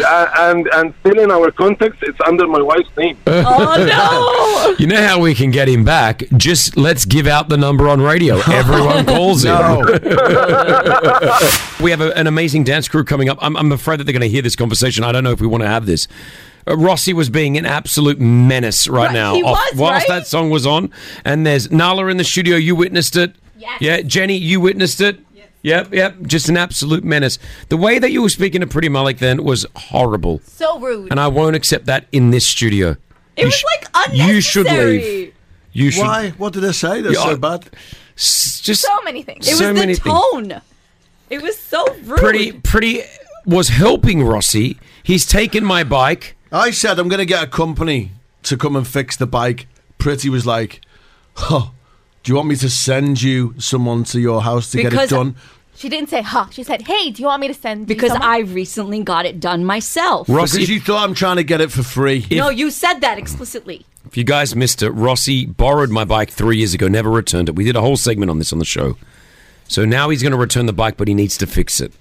[SPEAKER 12] Uh, and and still in our contacts, it's under my wife's name. <laughs>
[SPEAKER 6] no! You know how we can get him back? Just let's give out the number on radio. Everyone calls it. we have a, an amazing dance crew coming up. I'm, I'm afraid that they're going to hear this conversation. I don't know if we want to have this. Uh, Rossi was being an absolute menace right, now.
[SPEAKER 20] he was, right?
[SPEAKER 6] whilst that song was on, and there's Nala in the studio. You witnessed it. Yes. Yeah, Jenny, you witnessed it. Yep, yep. Just an absolute menace. The way that you were speaking to Pretty Malik then was horrible.
[SPEAKER 9] So rude.
[SPEAKER 6] And I won't accept that in this studio.
[SPEAKER 9] It was <laughs> like unnecessary.
[SPEAKER 6] you should leave. You should.
[SPEAKER 1] Why? What did I say? That's
[SPEAKER 6] Yeah.
[SPEAKER 1] so bad.
[SPEAKER 6] Just
[SPEAKER 9] so many things. It
[SPEAKER 6] so
[SPEAKER 9] was
[SPEAKER 6] many
[SPEAKER 9] the
[SPEAKER 6] things.
[SPEAKER 9] tone. It was so rude.
[SPEAKER 6] Pretty, pretty was helping Rossi. He's taken my bike.
[SPEAKER 1] I said I'm going to get a company to come and fix the bike. Pretty was like, "Huh? Do you want me to send you someone to your house to get it
[SPEAKER 21] Because-
[SPEAKER 1] done?"
[SPEAKER 21] She didn't say huh. She said, "Hey, do you want me to send?"
[SPEAKER 9] because
[SPEAKER 21] you
[SPEAKER 9] I recently got it done myself.
[SPEAKER 1] because you thought I'm trying to get it for free.
[SPEAKER 9] no, you said
[SPEAKER 6] <laughs>
[SPEAKER 9] that explicitly.
[SPEAKER 6] If you guys missed it, Rossi borrowed my bike three years ago, never returned it. We did a whole segment on this on the show. So now he's going to return the bike, but he needs to fix it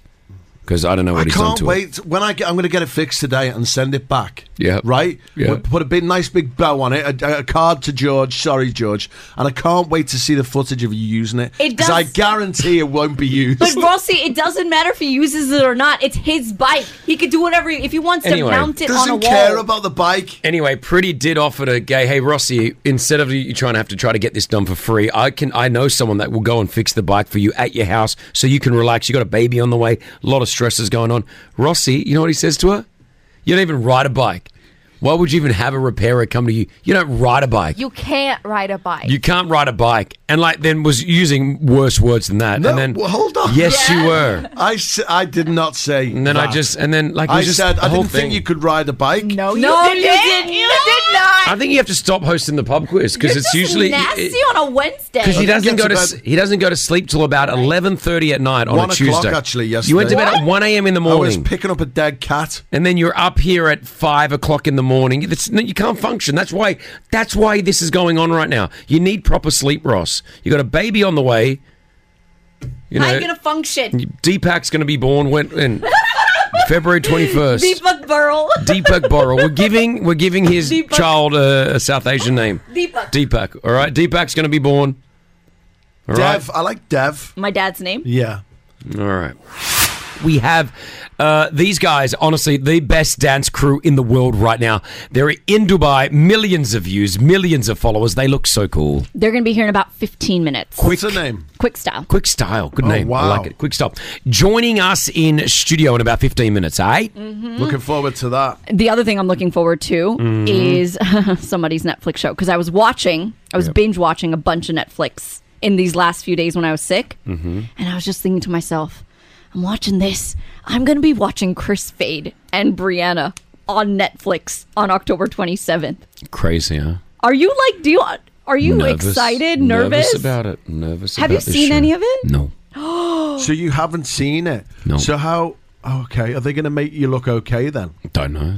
[SPEAKER 6] because I don't know what
[SPEAKER 1] I
[SPEAKER 6] he's done
[SPEAKER 1] can't
[SPEAKER 6] to it.
[SPEAKER 1] wait. When I get, I'm going to get it fixed today and send it back.
[SPEAKER 6] Yeah.
[SPEAKER 1] Right.
[SPEAKER 6] Yeah.
[SPEAKER 1] We'll put a big, nice big bow on it. A, a card to George. Sorry, George. And I can't wait to see the footage of you using it.
[SPEAKER 9] It
[SPEAKER 1] I
[SPEAKER 9] does-
[SPEAKER 1] guarantee it won't be used.
[SPEAKER 9] <laughs> But Rossi, it doesn't matter if he uses it or not. It's his bike. He could do whatever he, if he wants
[SPEAKER 6] Anyway.
[SPEAKER 9] to mount it on a wall.
[SPEAKER 1] about the bike.
[SPEAKER 6] Anyway, Pretty did offer to go, hey Rossi, instead of you trying to have to try to get this done for free, I can I know someone that will go and fix the bike for you at your house so you can relax. You got a baby on the way, a lot of stresses going on. Rossi, you know what he says to her? You don't even ride a bike. Why would you even have a repairer come to you? You don't ride a bike.
[SPEAKER 21] You can't ride a bike.
[SPEAKER 6] You can't ride a bike. And like then was using worse words than that. and then
[SPEAKER 1] well, hold on.
[SPEAKER 6] Yes, you were.
[SPEAKER 1] I, s- I did not say. And
[SPEAKER 6] then I just- and then, like, it
[SPEAKER 1] I
[SPEAKER 6] was just
[SPEAKER 1] said,
[SPEAKER 6] the
[SPEAKER 1] I
[SPEAKER 6] whole
[SPEAKER 1] didn't
[SPEAKER 6] thing.
[SPEAKER 1] think you could ride a bike.
[SPEAKER 21] No,
[SPEAKER 9] No, Oh, you did
[SPEAKER 21] You did not.
[SPEAKER 6] I think you have to stop hosting the pub quiz because
[SPEAKER 9] You're
[SPEAKER 6] it's
[SPEAKER 9] just
[SPEAKER 6] usually
[SPEAKER 9] nasty on a Wednesday.
[SPEAKER 6] Because he doesn't go to s he doesn't go to sleep till about eleven thirty at night on
[SPEAKER 1] One
[SPEAKER 6] a
[SPEAKER 1] o'clock,
[SPEAKER 6] Tuesday.
[SPEAKER 1] actually,
[SPEAKER 6] you went to bed
[SPEAKER 1] yesterday.
[SPEAKER 6] at one a.m. in the
[SPEAKER 1] I was
[SPEAKER 6] morning,
[SPEAKER 1] picking up a dead cat.
[SPEAKER 6] and then you're up here at five o'clock in the morning. It's, no, you can't function. That's why. That's why this is going on right now. You need proper sleep, Ross. You got a baby on the way. You
[SPEAKER 9] How
[SPEAKER 6] know,
[SPEAKER 9] you gonna function?
[SPEAKER 6] Deepak's going to be born when
[SPEAKER 9] <laughs>
[SPEAKER 6] in February twenty first.
[SPEAKER 9] Deepak Burl.
[SPEAKER 6] Deepak Borel. We're giving we're giving his
[SPEAKER 9] Deepak.
[SPEAKER 6] child a, a South Asian name.
[SPEAKER 9] Deepak.
[SPEAKER 6] Deepak. All right. Deepak's going to be born. All right.
[SPEAKER 1] Dev. I like Dev.
[SPEAKER 9] My dad's name.
[SPEAKER 1] Yeah.
[SPEAKER 6] All right. We have uh, these guys, honestly, the best dance crew in the world right now. They're in Dubai, millions of views, millions of followers. They look so cool.
[SPEAKER 9] They're gonna be here in about 15 minutes.
[SPEAKER 6] What's
[SPEAKER 1] her name?
[SPEAKER 9] Quick style.
[SPEAKER 6] Quick style. Good
[SPEAKER 1] Oh,
[SPEAKER 6] name. I
[SPEAKER 1] wow.
[SPEAKER 6] like it. Quick style. Joining us in studio in about 15 minutes, eh?
[SPEAKER 1] Mm-hmm. Looking forward to that.
[SPEAKER 9] The other thing I'm looking forward to
[SPEAKER 6] Mhm.
[SPEAKER 9] is <laughs> somebody's Netflix show because I was watching, I was
[SPEAKER 6] Yep.
[SPEAKER 9] binge watching a bunch of Netflix in these last few days when I was sick.
[SPEAKER 6] Mm-hmm.
[SPEAKER 9] And I was just thinking to myself, I'm watching this. I'm going to be watching Chris Fade and Brianna on Netflix on October 27th.
[SPEAKER 6] Crazy, huh?
[SPEAKER 9] Are you like, do you, are you
[SPEAKER 6] Nervous.
[SPEAKER 9] excited, nervous?
[SPEAKER 6] about it. Nervous
[SPEAKER 9] Have you
[SPEAKER 6] about this
[SPEAKER 9] seen <gasps>
[SPEAKER 6] show.
[SPEAKER 9] any of it?
[SPEAKER 6] No. <gasps>
[SPEAKER 9] Oh,
[SPEAKER 1] So you haven't seen it. No. So how? Okay, are they going to make you look okay then?
[SPEAKER 6] Don't
[SPEAKER 9] <gasps>
[SPEAKER 6] know.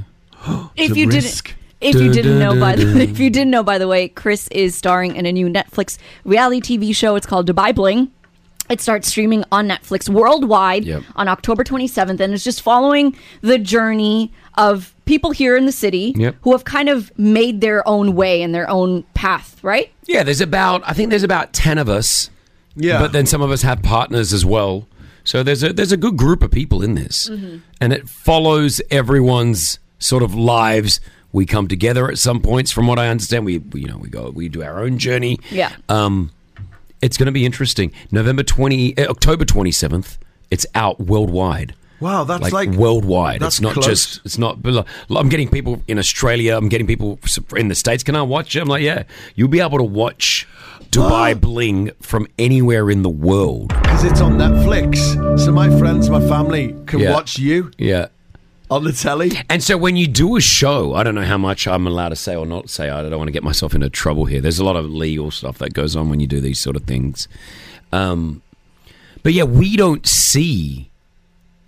[SPEAKER 9] if
[SPEAKER 1] The
[SPEAKER 9] you
[SPEAKER 1] risk.
[SPEAKER 9] didn't if you
[SPEAKER 1] Dun,
[SPEAKER 9] didn't
[SPEAKER 1] dun,
[SPEAKER 9] know
[SPEAKER 1] dun,
[SPEAKER 9] by the
[SPEAKER 1] dun.
[SPEAKER 9] if you didn't know by the way chris is starring in a new netflix reality tv show it's called dubai bling it starts streaming on netflix worldwide
[SPEAKER 19] Yep.
[SPEAKER 9] on october 27th and it's just following the journey of people here in the city
[SPEAKER 6] Yep.
[SPEAKER 9] who have kind of made their own way and their own path right
[SPEAKER 6] Yeah, there's about I think there's about ten of us. Yeah, but then some of us have partners as well. So there's a there's a good group of people in this,
[SPEAKER 1] Mm-hmm.
[SPEAKER 6] and it follows everyone's sort of lives. We come together at some points, from what I understand. We, we you know we go we do our own journey.
[SPEAKER 9] Yeah.
[SPEAKER 6] Um, it's going to be interesting. November twenty, eh, October twenty seventh. It's out worldwide.
[SPEAKER 1] Wow, that's like-
[SPEAKER 6] worldwide.
[SPEAKER 1] that's
[SPEAKER 6] it's not
[SPEAKER 1] close.
[SPEAKER 6] just. It's not. below- I'm getting people in Australia. I'm getting people in the states. Can I watch it? I'm like, yeah, you'll be able to watch Dubai Bling from anywhere in the world.
[SPEAKER 1] Because it's on Netflix. So my friends, my family can
[SPEAKER 6] Yeah.
[SPEAKER 1] watch you
[SPEAKER 6] Yeah.
[SPEAKER 1] on the telly.
[SPEAKER 6] And so when you do a show, I don't know how much I'm allowed to say or not say. I don't want to get myself into trouble here. There's a lot of legal stuff that goes on when you do these sort of things. Um, but yeah, we don't see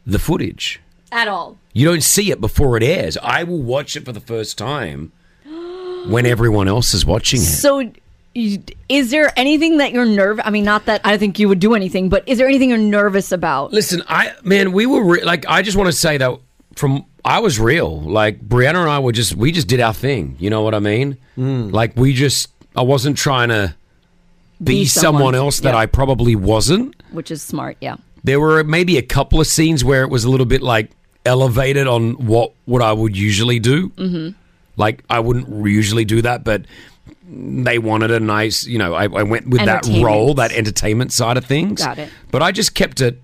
[SPEAKER 6] the footage.
[SPEAKER 9] at all
[SPEAKER 6] You don't see it before it airs. I will watch it for the first time when everyone else is watching it.
[SPEAKER 9] so you- is there anything that you're nervous i mean not that i think you would do anything but is there anything you're nervous about
[SPEAKER 6] Listen, I man, we were re- like, I just want to say that from I was real. Like Brianna and I were just we just did our thing. You know what I mean? Like we just I wasn't trying to be,
[SPEAKER 9] Be
[SPEAKER 6] someone,
[SPEAKER 9] someone,
[SPEAKER 6] else that
[SPEAKER 9] yeah.
[SPEAKER 6] I probably wasn't.
[SPEAKER 9] which is smart yeah
[SPEAKER 6] There were maybe a couple of scenes where it was a little bit like elevated on what what I would usually do.
[SPEAKER 9] mm-hmm
[SPEAKER 6] Like I wouldn't usually do that, but they wanted a nice, you know, I, I went with that
[SPEAKER 9] Entertainment.
[SPEAKER 6] role, that entertainment side of things.
[SPEAKER 9] Got it.
[SPEAKER 6] But I just kept it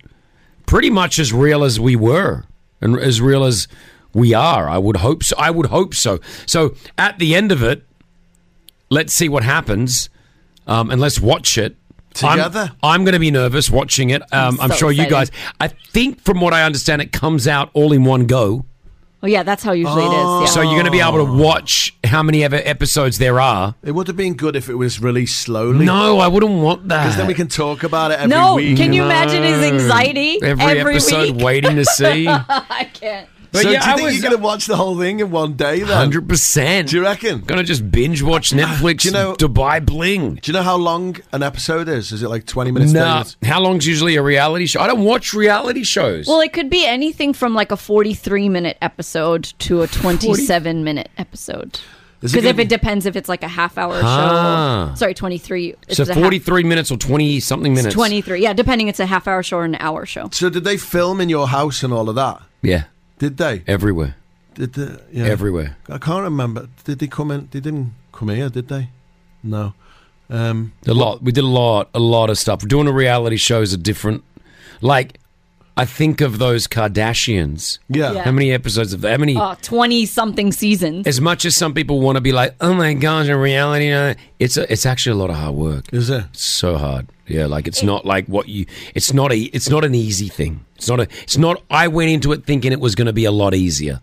[SPEAKER 6] pretty much as real as we were, and as real as we are. I would hope so. I would hope so. So at the end of it, let's see what happens, um, and let's watch it. I'm-
[SPEAKER 1] Together?
[SPEAKER 6] I'm, going to be nervous watching it. Um, I'm,
[SPEAKER 9] I'm so
[SPEAKER 6] sure you guys.
[SPEAKER 9] excited.
[SPEAKER 6] I think, from what I understand, it comes out all in one go.
[SPEAKER 9] oh yeah that's how usually it is
[SPEAKER 6] So
[SPEAKER 9] yeah.
[SPEAKER 6] you're going to be able to watch how many ever episodes there are.
[SPEAKER 1] Oh. It would have been good if it was released slowly.
[SPEAKER 6] No, I wouldn't want that.
[SPEAKER 1] Because then we can talk about it every
[SPEAKER 9] No,
[SPEAKER 1] week.
[SPEAKER 9] can you imagine his anxiety
[SPEAKER 6] Every,
[SPEAKER 9] every
[SPEAKER 6] episode,
[SPEAKER 9] week?
[SPEAKER 6] waiting to
[SPEAKER 9] <laughs>
[SPEAKER 17] <laughs>
[SPEAKER 6] see.
[SPEAKER 9] I can't.
[SPEAKER 6] But
[SPEAKER 1] so
[SPEAKER 6] yeah,
[SPEAKER 1] do you
[SPEAKER 6] I
[SPEAKER 1] think
[SPEAKER 6] was- uh,
[SPEAKER 1] you're going to watch the whole thing in one day then?
[SPEAKER 6] Hundred percent. Do
[SPEAKER 1] you reckon?
[SPEAKER 6] Gonna just binge watch Netflix.
[SPEAKER 1] Do you know
[SPEAKER 6] Dubai Bling?
[SPEAKER 1] Do you know how long an episode is? Is it like 20 minutes? 30
[SPEAKER 6] Nah,
[SPEAKER 1] minutes?
[SPEAKER 6] uh, how long's usually a reality show? I don't watch reality shows.
[SPEAKER 9] Well, it could be anything from like a 43 minute episode to a 27 minute episode.
[SPEAKER 6] Is
[SPEAKER 9] Because
[SPEAKER 6] it
[SPEAKER 9] if
[SPEAKER 6] gonna
[SPEAKER 9] it depends if it's like a half hour
[SPEAKER 6] Ah.
[SPEAKER 9] show, sorry, 23. It's
[SPEAKER 6] so
[SPEAKER 9] a half-
[SPEAKER 6] forty-three minutes or twenty something
[SPEAKER 9] it's
[SPEAKER 6] minutes.
[SPEAKER 9] 23. Yeah, depending it's a half hour show or an hour show.
[SPEAKER 1] So did they film in your house and all of that?
[SPEAKER 6] Yeah,
[SPEAKER 1] Did they?
[SPEAKER 6] everywhere.
[SPEAKER 1] Did they? Yeah.
[SPEAKER 6] Everywhere.
[SPEAKER 1] I can't remember. Did they come in? They didn't come here, did they? No.
[SPEAKER 6] <laughs>
[SPEAKER 1] Um,
[SPEAKER 6] A lot. We did a lot, a lot of stuff. Doing a reality show is a different. Like, I think of those Kardashians.
[SPEAKER 1] Yeah.
[SPEAKER 9] Yeah.
[SPEAKER 6] How many episodes of that? How many?
[SPEAKER 9] Oh, 20 something seasons.
[SPEAKER 6] As much as some people want to be like, oh my gosh, a reality, uh," it's a, it's actually a lot of hard work.
[SPEAKER 1] Is it?
[SPEAKER 6] so hard. Yeah, like it's not like what you. It's not a. It's not an easy thing. It's not a. It's not. I went into it thinking it was going to be a lot easier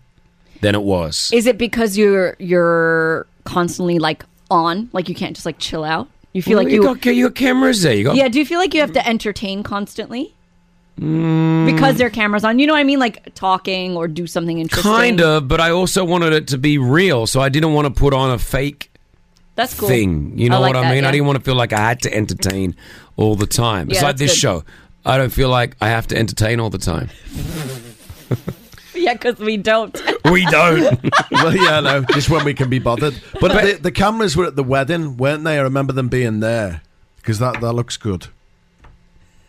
[SPEAKER 6] than it was.
[SPEAKER 9] Is it because you're you're constantly like on? Like you can't just like chill out? You feel like you.
[SPEAKER 6] got ca- your cameras there. You got
[SPEAKER 9] yeah, do you feel like you have to entertain constantly?
[SPEAKER 6] Mm,
[SPEAKER 9] Because there are cameras on. You know what I mean? Like talking or do something interesting.
[SPEAKER 6] kind of, but I also wanted it to be real, so I didn't want to put on a fake
[SPEAKER 9] That's cool.
[SPEAKER 6] thing. You know
[SPEAKER 9] like
[SPEAKER 6] what I
[SPEAKER 9] that,
[SPEAKER 6] mean?
[SPEAKER 9] yeah.
[SPEAKER 6] I didn't want to feel like I had to entertain all the time. it's
[SPEAKER 9] Yeah,
[SPEAKER 6] like this
[SPEAKER 9] that's good.
[SPEAKER 6] show. I don't feel like I have to entertain all the time.
[SPEAKER 9] <laughs> Yeah, because we don't. <laughs>
[SPEAKER 1] <laughs>
[SPEAKER 6] We don't.
[SPEAKER 1] well, yeah, no, just when we can be bothered. But, the, the cameras were at the wedding, weren't they? I remember them being there because that, that looks good.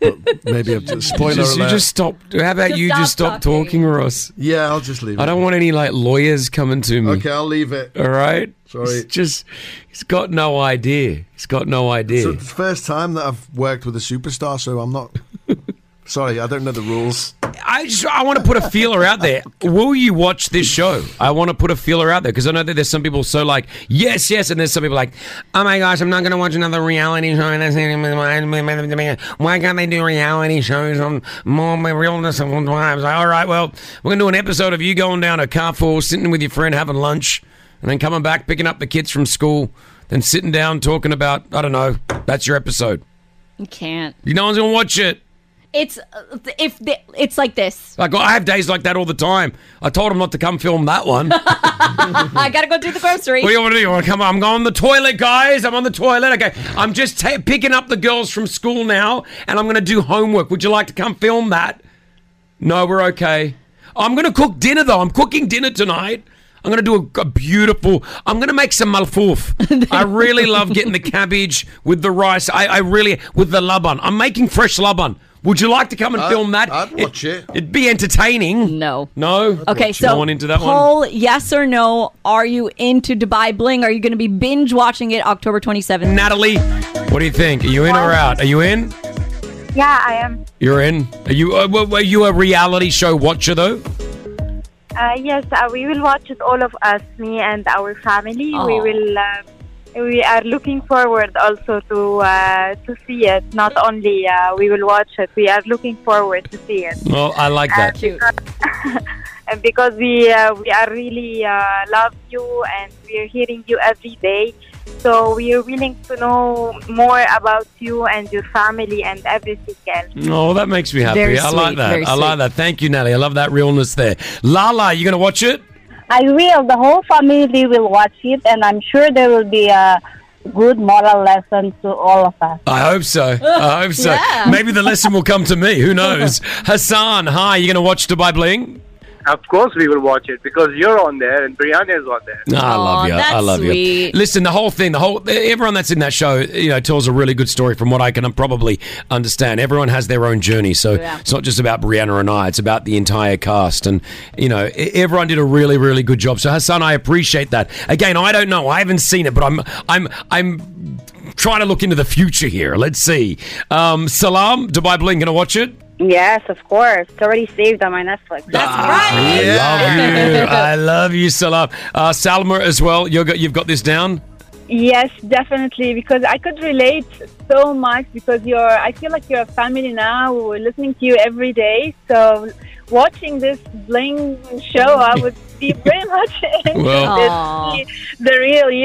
[SPEAKER 1] But maybe a spoiler
[SPEAKER 6] you just, you
[SPEAKER 1] alert.
[SPEAKER 6] just stop. How about
[SPEAKER 1] Just
[SPEAKER 6] you
[SPEAKER 1] stop
[SPEAKER 6] just stop talking, Ross?
[SPEAKER 1] Yeah, I'll just leave
[SPEAKER 6] I
[SPEAKER 1] it.
[SPEAKER 6] don't want any like lawyers coming to me.
[SPEAKER 1] Okay, I'll leave it.
[SPEAKER 6] All right.
[SPEAKER 1] Sorry.
[SPEAKER 6] He's just he's got no idea. He's got no idea.
[SPEAKER 1] So it's the first time that I've worked with a superstar, so I'm
[SPEAKER 6] <laughs>
[SPEAKER 1] not. Sorry, I don't know the rules.
[SPEAKER 6] I just I want to put a feeler out there. Will you watch this show? I want to put a feeler out there because I know that there's some people so like yes, yes, and there's some people like oh my gosh, I'm not going to watch another reality show. Why can't they do reality shows on more realness of lives? All right, well we're going to do an episode of you going down a car fall, sitting with your friend having lunch, and then coming back picking up the kids from school, then sitting down talking about I don't know. That's your episode.
[SPEAKER 9] You can't.
[SPEAKER 6] No one's going to watch it.
[SPEAKER 9] It's uh, if they, it's like this. <laughs>
[SPEAKER 6] Like I have days like that all the time. I told him not to come film that one. what
[SPEAKER 9] I gotta go do the grocery.
[SPEAKER 6] do you want to do? You want to come? I'm going on the toilet, guys. I'm on the toilet. Okay, I'm just ta- picking up the girls from school now, and I'm going to do homework. Would you like to come film that? No, we're okay. I'm going to cook dinner though. I'm cooking dinner tonight. I'm going to do a, a beautiful. I'm going to make some
[SPEAKER 9] <laughs>
[SPEAKER 6] malfouf. I really love getting the cabbage with the rice. I, I really with the laban. I'm making fresh laban. Would you like to come and
[SPEAKER 1] I-
[SPEAKER 6] film that?
[SPEAKER 1] Uh, I'd watch it.
[SPEAKER 6] It'd be entertaining.
[SPEAKER 9] No.
[SPEAKER 6] No.
[SPEAKER 9] Okay, so
[SPEAKER 6] no one into that one.
[SPEAKER 9] poll yes or no. Are you into Dubai Bling? Are you going to be binge watching it October 27th?
[SPEAKER 6] Natalie, what do you think? Are you in or out? Are you in?
[SPEAKER 19] Yeah, I am.
[SPEAKER 6] You're in. Are you? Uh, were were you a reality show watcher though?
[SPEAKER 19] Uh, yes, uh, we will watch it. All of us, me and our family. We
[SPEAKER 6] Oh.
[SPEAKER 19] will. Uh, we are looking forward also to uh, to see it. Not only uh, we will watch it, we are looking forward to see it.
[SPEAKER 6] Well, I like that.
[SPEAKER 19] And <laughs> because we uh, we are really uh, love you and we are hearing you every day, so we are willing to know more about you and your family and everything else.
[SPEAKER 6] Oh, that makes me happy.
[SPEAKER 19] Very
[SPEAKER 6] I like
[SPEAKER 19] sweet,
[SPEAKER 6] that.
[SPEAKER 19] very
[SPEAKER 6] I like
[SPEAKER 19] sweet.
[SPEAKER 6] that. Thank you, Natalie. I love that realness there. Lala, you gonna watch it?
[SPEAKER 20] I will. The whole family will watch it, and I'm sure there will be a good moral lesson to all of us.
[SPEAKER 6] I hope so. I hope
[SPEAKER 19] <laughs>
[SPEAKER 6] so.
[SPEAKER 20] Yeah.
[SPEAKER 6] Maybe the lesson will come to me. Who knows? Hassan, hi. You gonna watch Dubai Bling?
[SPEAKER 22] Of course, we will watch it because you're on there and Brianna is on there.
[SPEAKER 6] No, I love you. I
[SPEAKER 22] that's
[SPEAKER 6] love you.
[SPEAKER 22] sweet.
[SPEAKER 6] Listen, the whole thing, the whole everyone that's in that show, you know, tells a really good story from what I can probably understand. Everyone has their own journey, so
[SPEAKER 23] Yeah.
[SPEAKER 6] it's not just about Brianna and I. It's about the entire cast, and you know, e- everyone did a really, really good job. So Hassan, I appreciate that. Again, I don't know, I haven't seen it, but I'm, I'm, I'm trying to look into the future here. Let's see. Um, Salam, Dubai Bling, gonna watch it.
[SPEAKER 20] Yes, of course. It's already saved on my Netflix.
[SPEAKER 6] I
[SPEAKER 22] <laughs>
[SPEAKER 6] love you. I love you, Salam. Uh, Salma as well. You've got, you've got this down.
[SPEAKER 24] Yes, definitely, because I could relate so much because you're, I feel like you're a family now. We're listening to you every day. So watching this bling show, I would
[SPEAKER 6] <laughs>
[SPEAKER 24] be very much interested
[SPEAKER 6] Well-
[SPEAKER 24] to see the real you,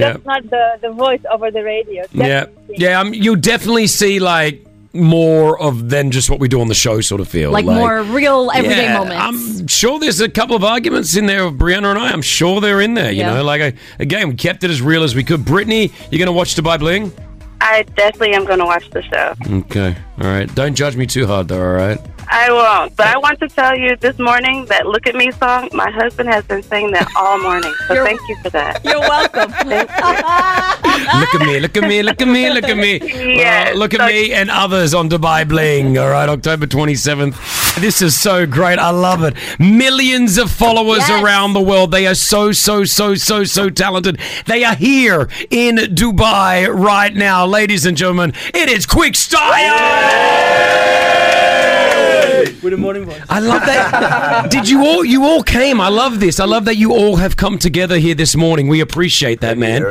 [SPEAKER 6] Yeah.
[SPEAKER 24] just not the, the voice over the radio.
[SPEAKER 6] Yeah, yeah. Um, you'll definitely see like more of than just what we do on the show, sort of feel.
[SPEAKER 9] Like, more real everyday
[SPEAKER 6] Yeah,
[SPEAKER 9] moments.
[SPEAKER 6] I'm sure there's a couple of arguments in there of Brianna and I. I'm sure they're in there. You
[SPEAKER 20] Yeah.
[SPEAKER 6] know, like I, again, we kept it as real as we could. Brittany, you're gonna watch Dubai Bling.
[SPEAKER 20] I definitely am going to watch the show.
[SPEAKER 6] Okay, all right. Don't judge me too hard, though. Oh, All right.
[SPEAKER 20] I won't. But I want to tell you this morning that "Look at Me" song. My husband has been saying that all morning. So thank you for
[SPEAKER 11] <laughs>
[SPEAKER 20] that.
[SPEAKER 9] You're welcome.
[SPEAKER 6] Look at me, look at me, look at me, look at me.
[SPEAKER 20] Yes.
[SPEAKER 6] Well, look at me and others on Dubai Bling. All right, October 27th. This is so great. I love it. Millions of followers around the world. They are so, so, so, so, so talented. They are here in Dubai right now. Ladies and gentlemen, it is Quick Style!
[SPEAKER 25] Good morning, boys.
[SPEAKER 6] I love that. <laughs> Did you all? You all came. I love this. I love that you all have come together here this morning. We appreciate that, man.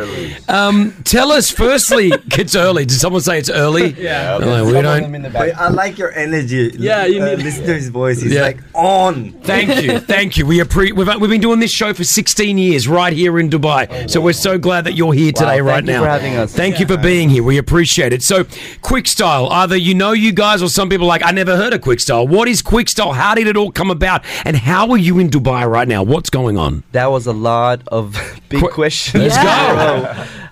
[SPEAKER 6] Um, tell us, firstly, <laughs> it's early. Did someone say it's early?
[SPEAKER 25] <laughs> Yeah.
[SPEAKER 6] No, we don't.
[SPEAKER 25] But I like your energy.
[SPEAKER 6] Yeah, you
[SPEAKER 25] uh,
[SPEAKER 6] need-
[SPEAKER 25] listener's voice is
[SPEAKER 6] Yeah.
[SPEAKER 25] like on.
[SPEAKER 6] Thank
[SPEAKER 25] <laughs>
[SPEAKER 6] you, thank you. We appre- we've, we've been doing this show for 16 years right here in Dubai, so we're so glad that you're here
[SPEAKER 25] Oh, Wow,
[SPEAKER 6] today,
[SPEAKER 25] thank
[SPEAKER 6] right
[SPEAKER 25] you
[SPEAKER 6] now.
[SPEAKER 25] for having us.
[SPEAKER 6] Thank you for being here. We appreciate it. So, quick style. Either you know you guys, or some people are like I never heard of quick style. What is quick style? How did it all come about? And how are you in Dubai right now? What's going on?
[SPEAKER 25] That was a lot of <laughs> big questions.
[SPEAKER 6] Let's <laughs>
[SPEAKER 25] go.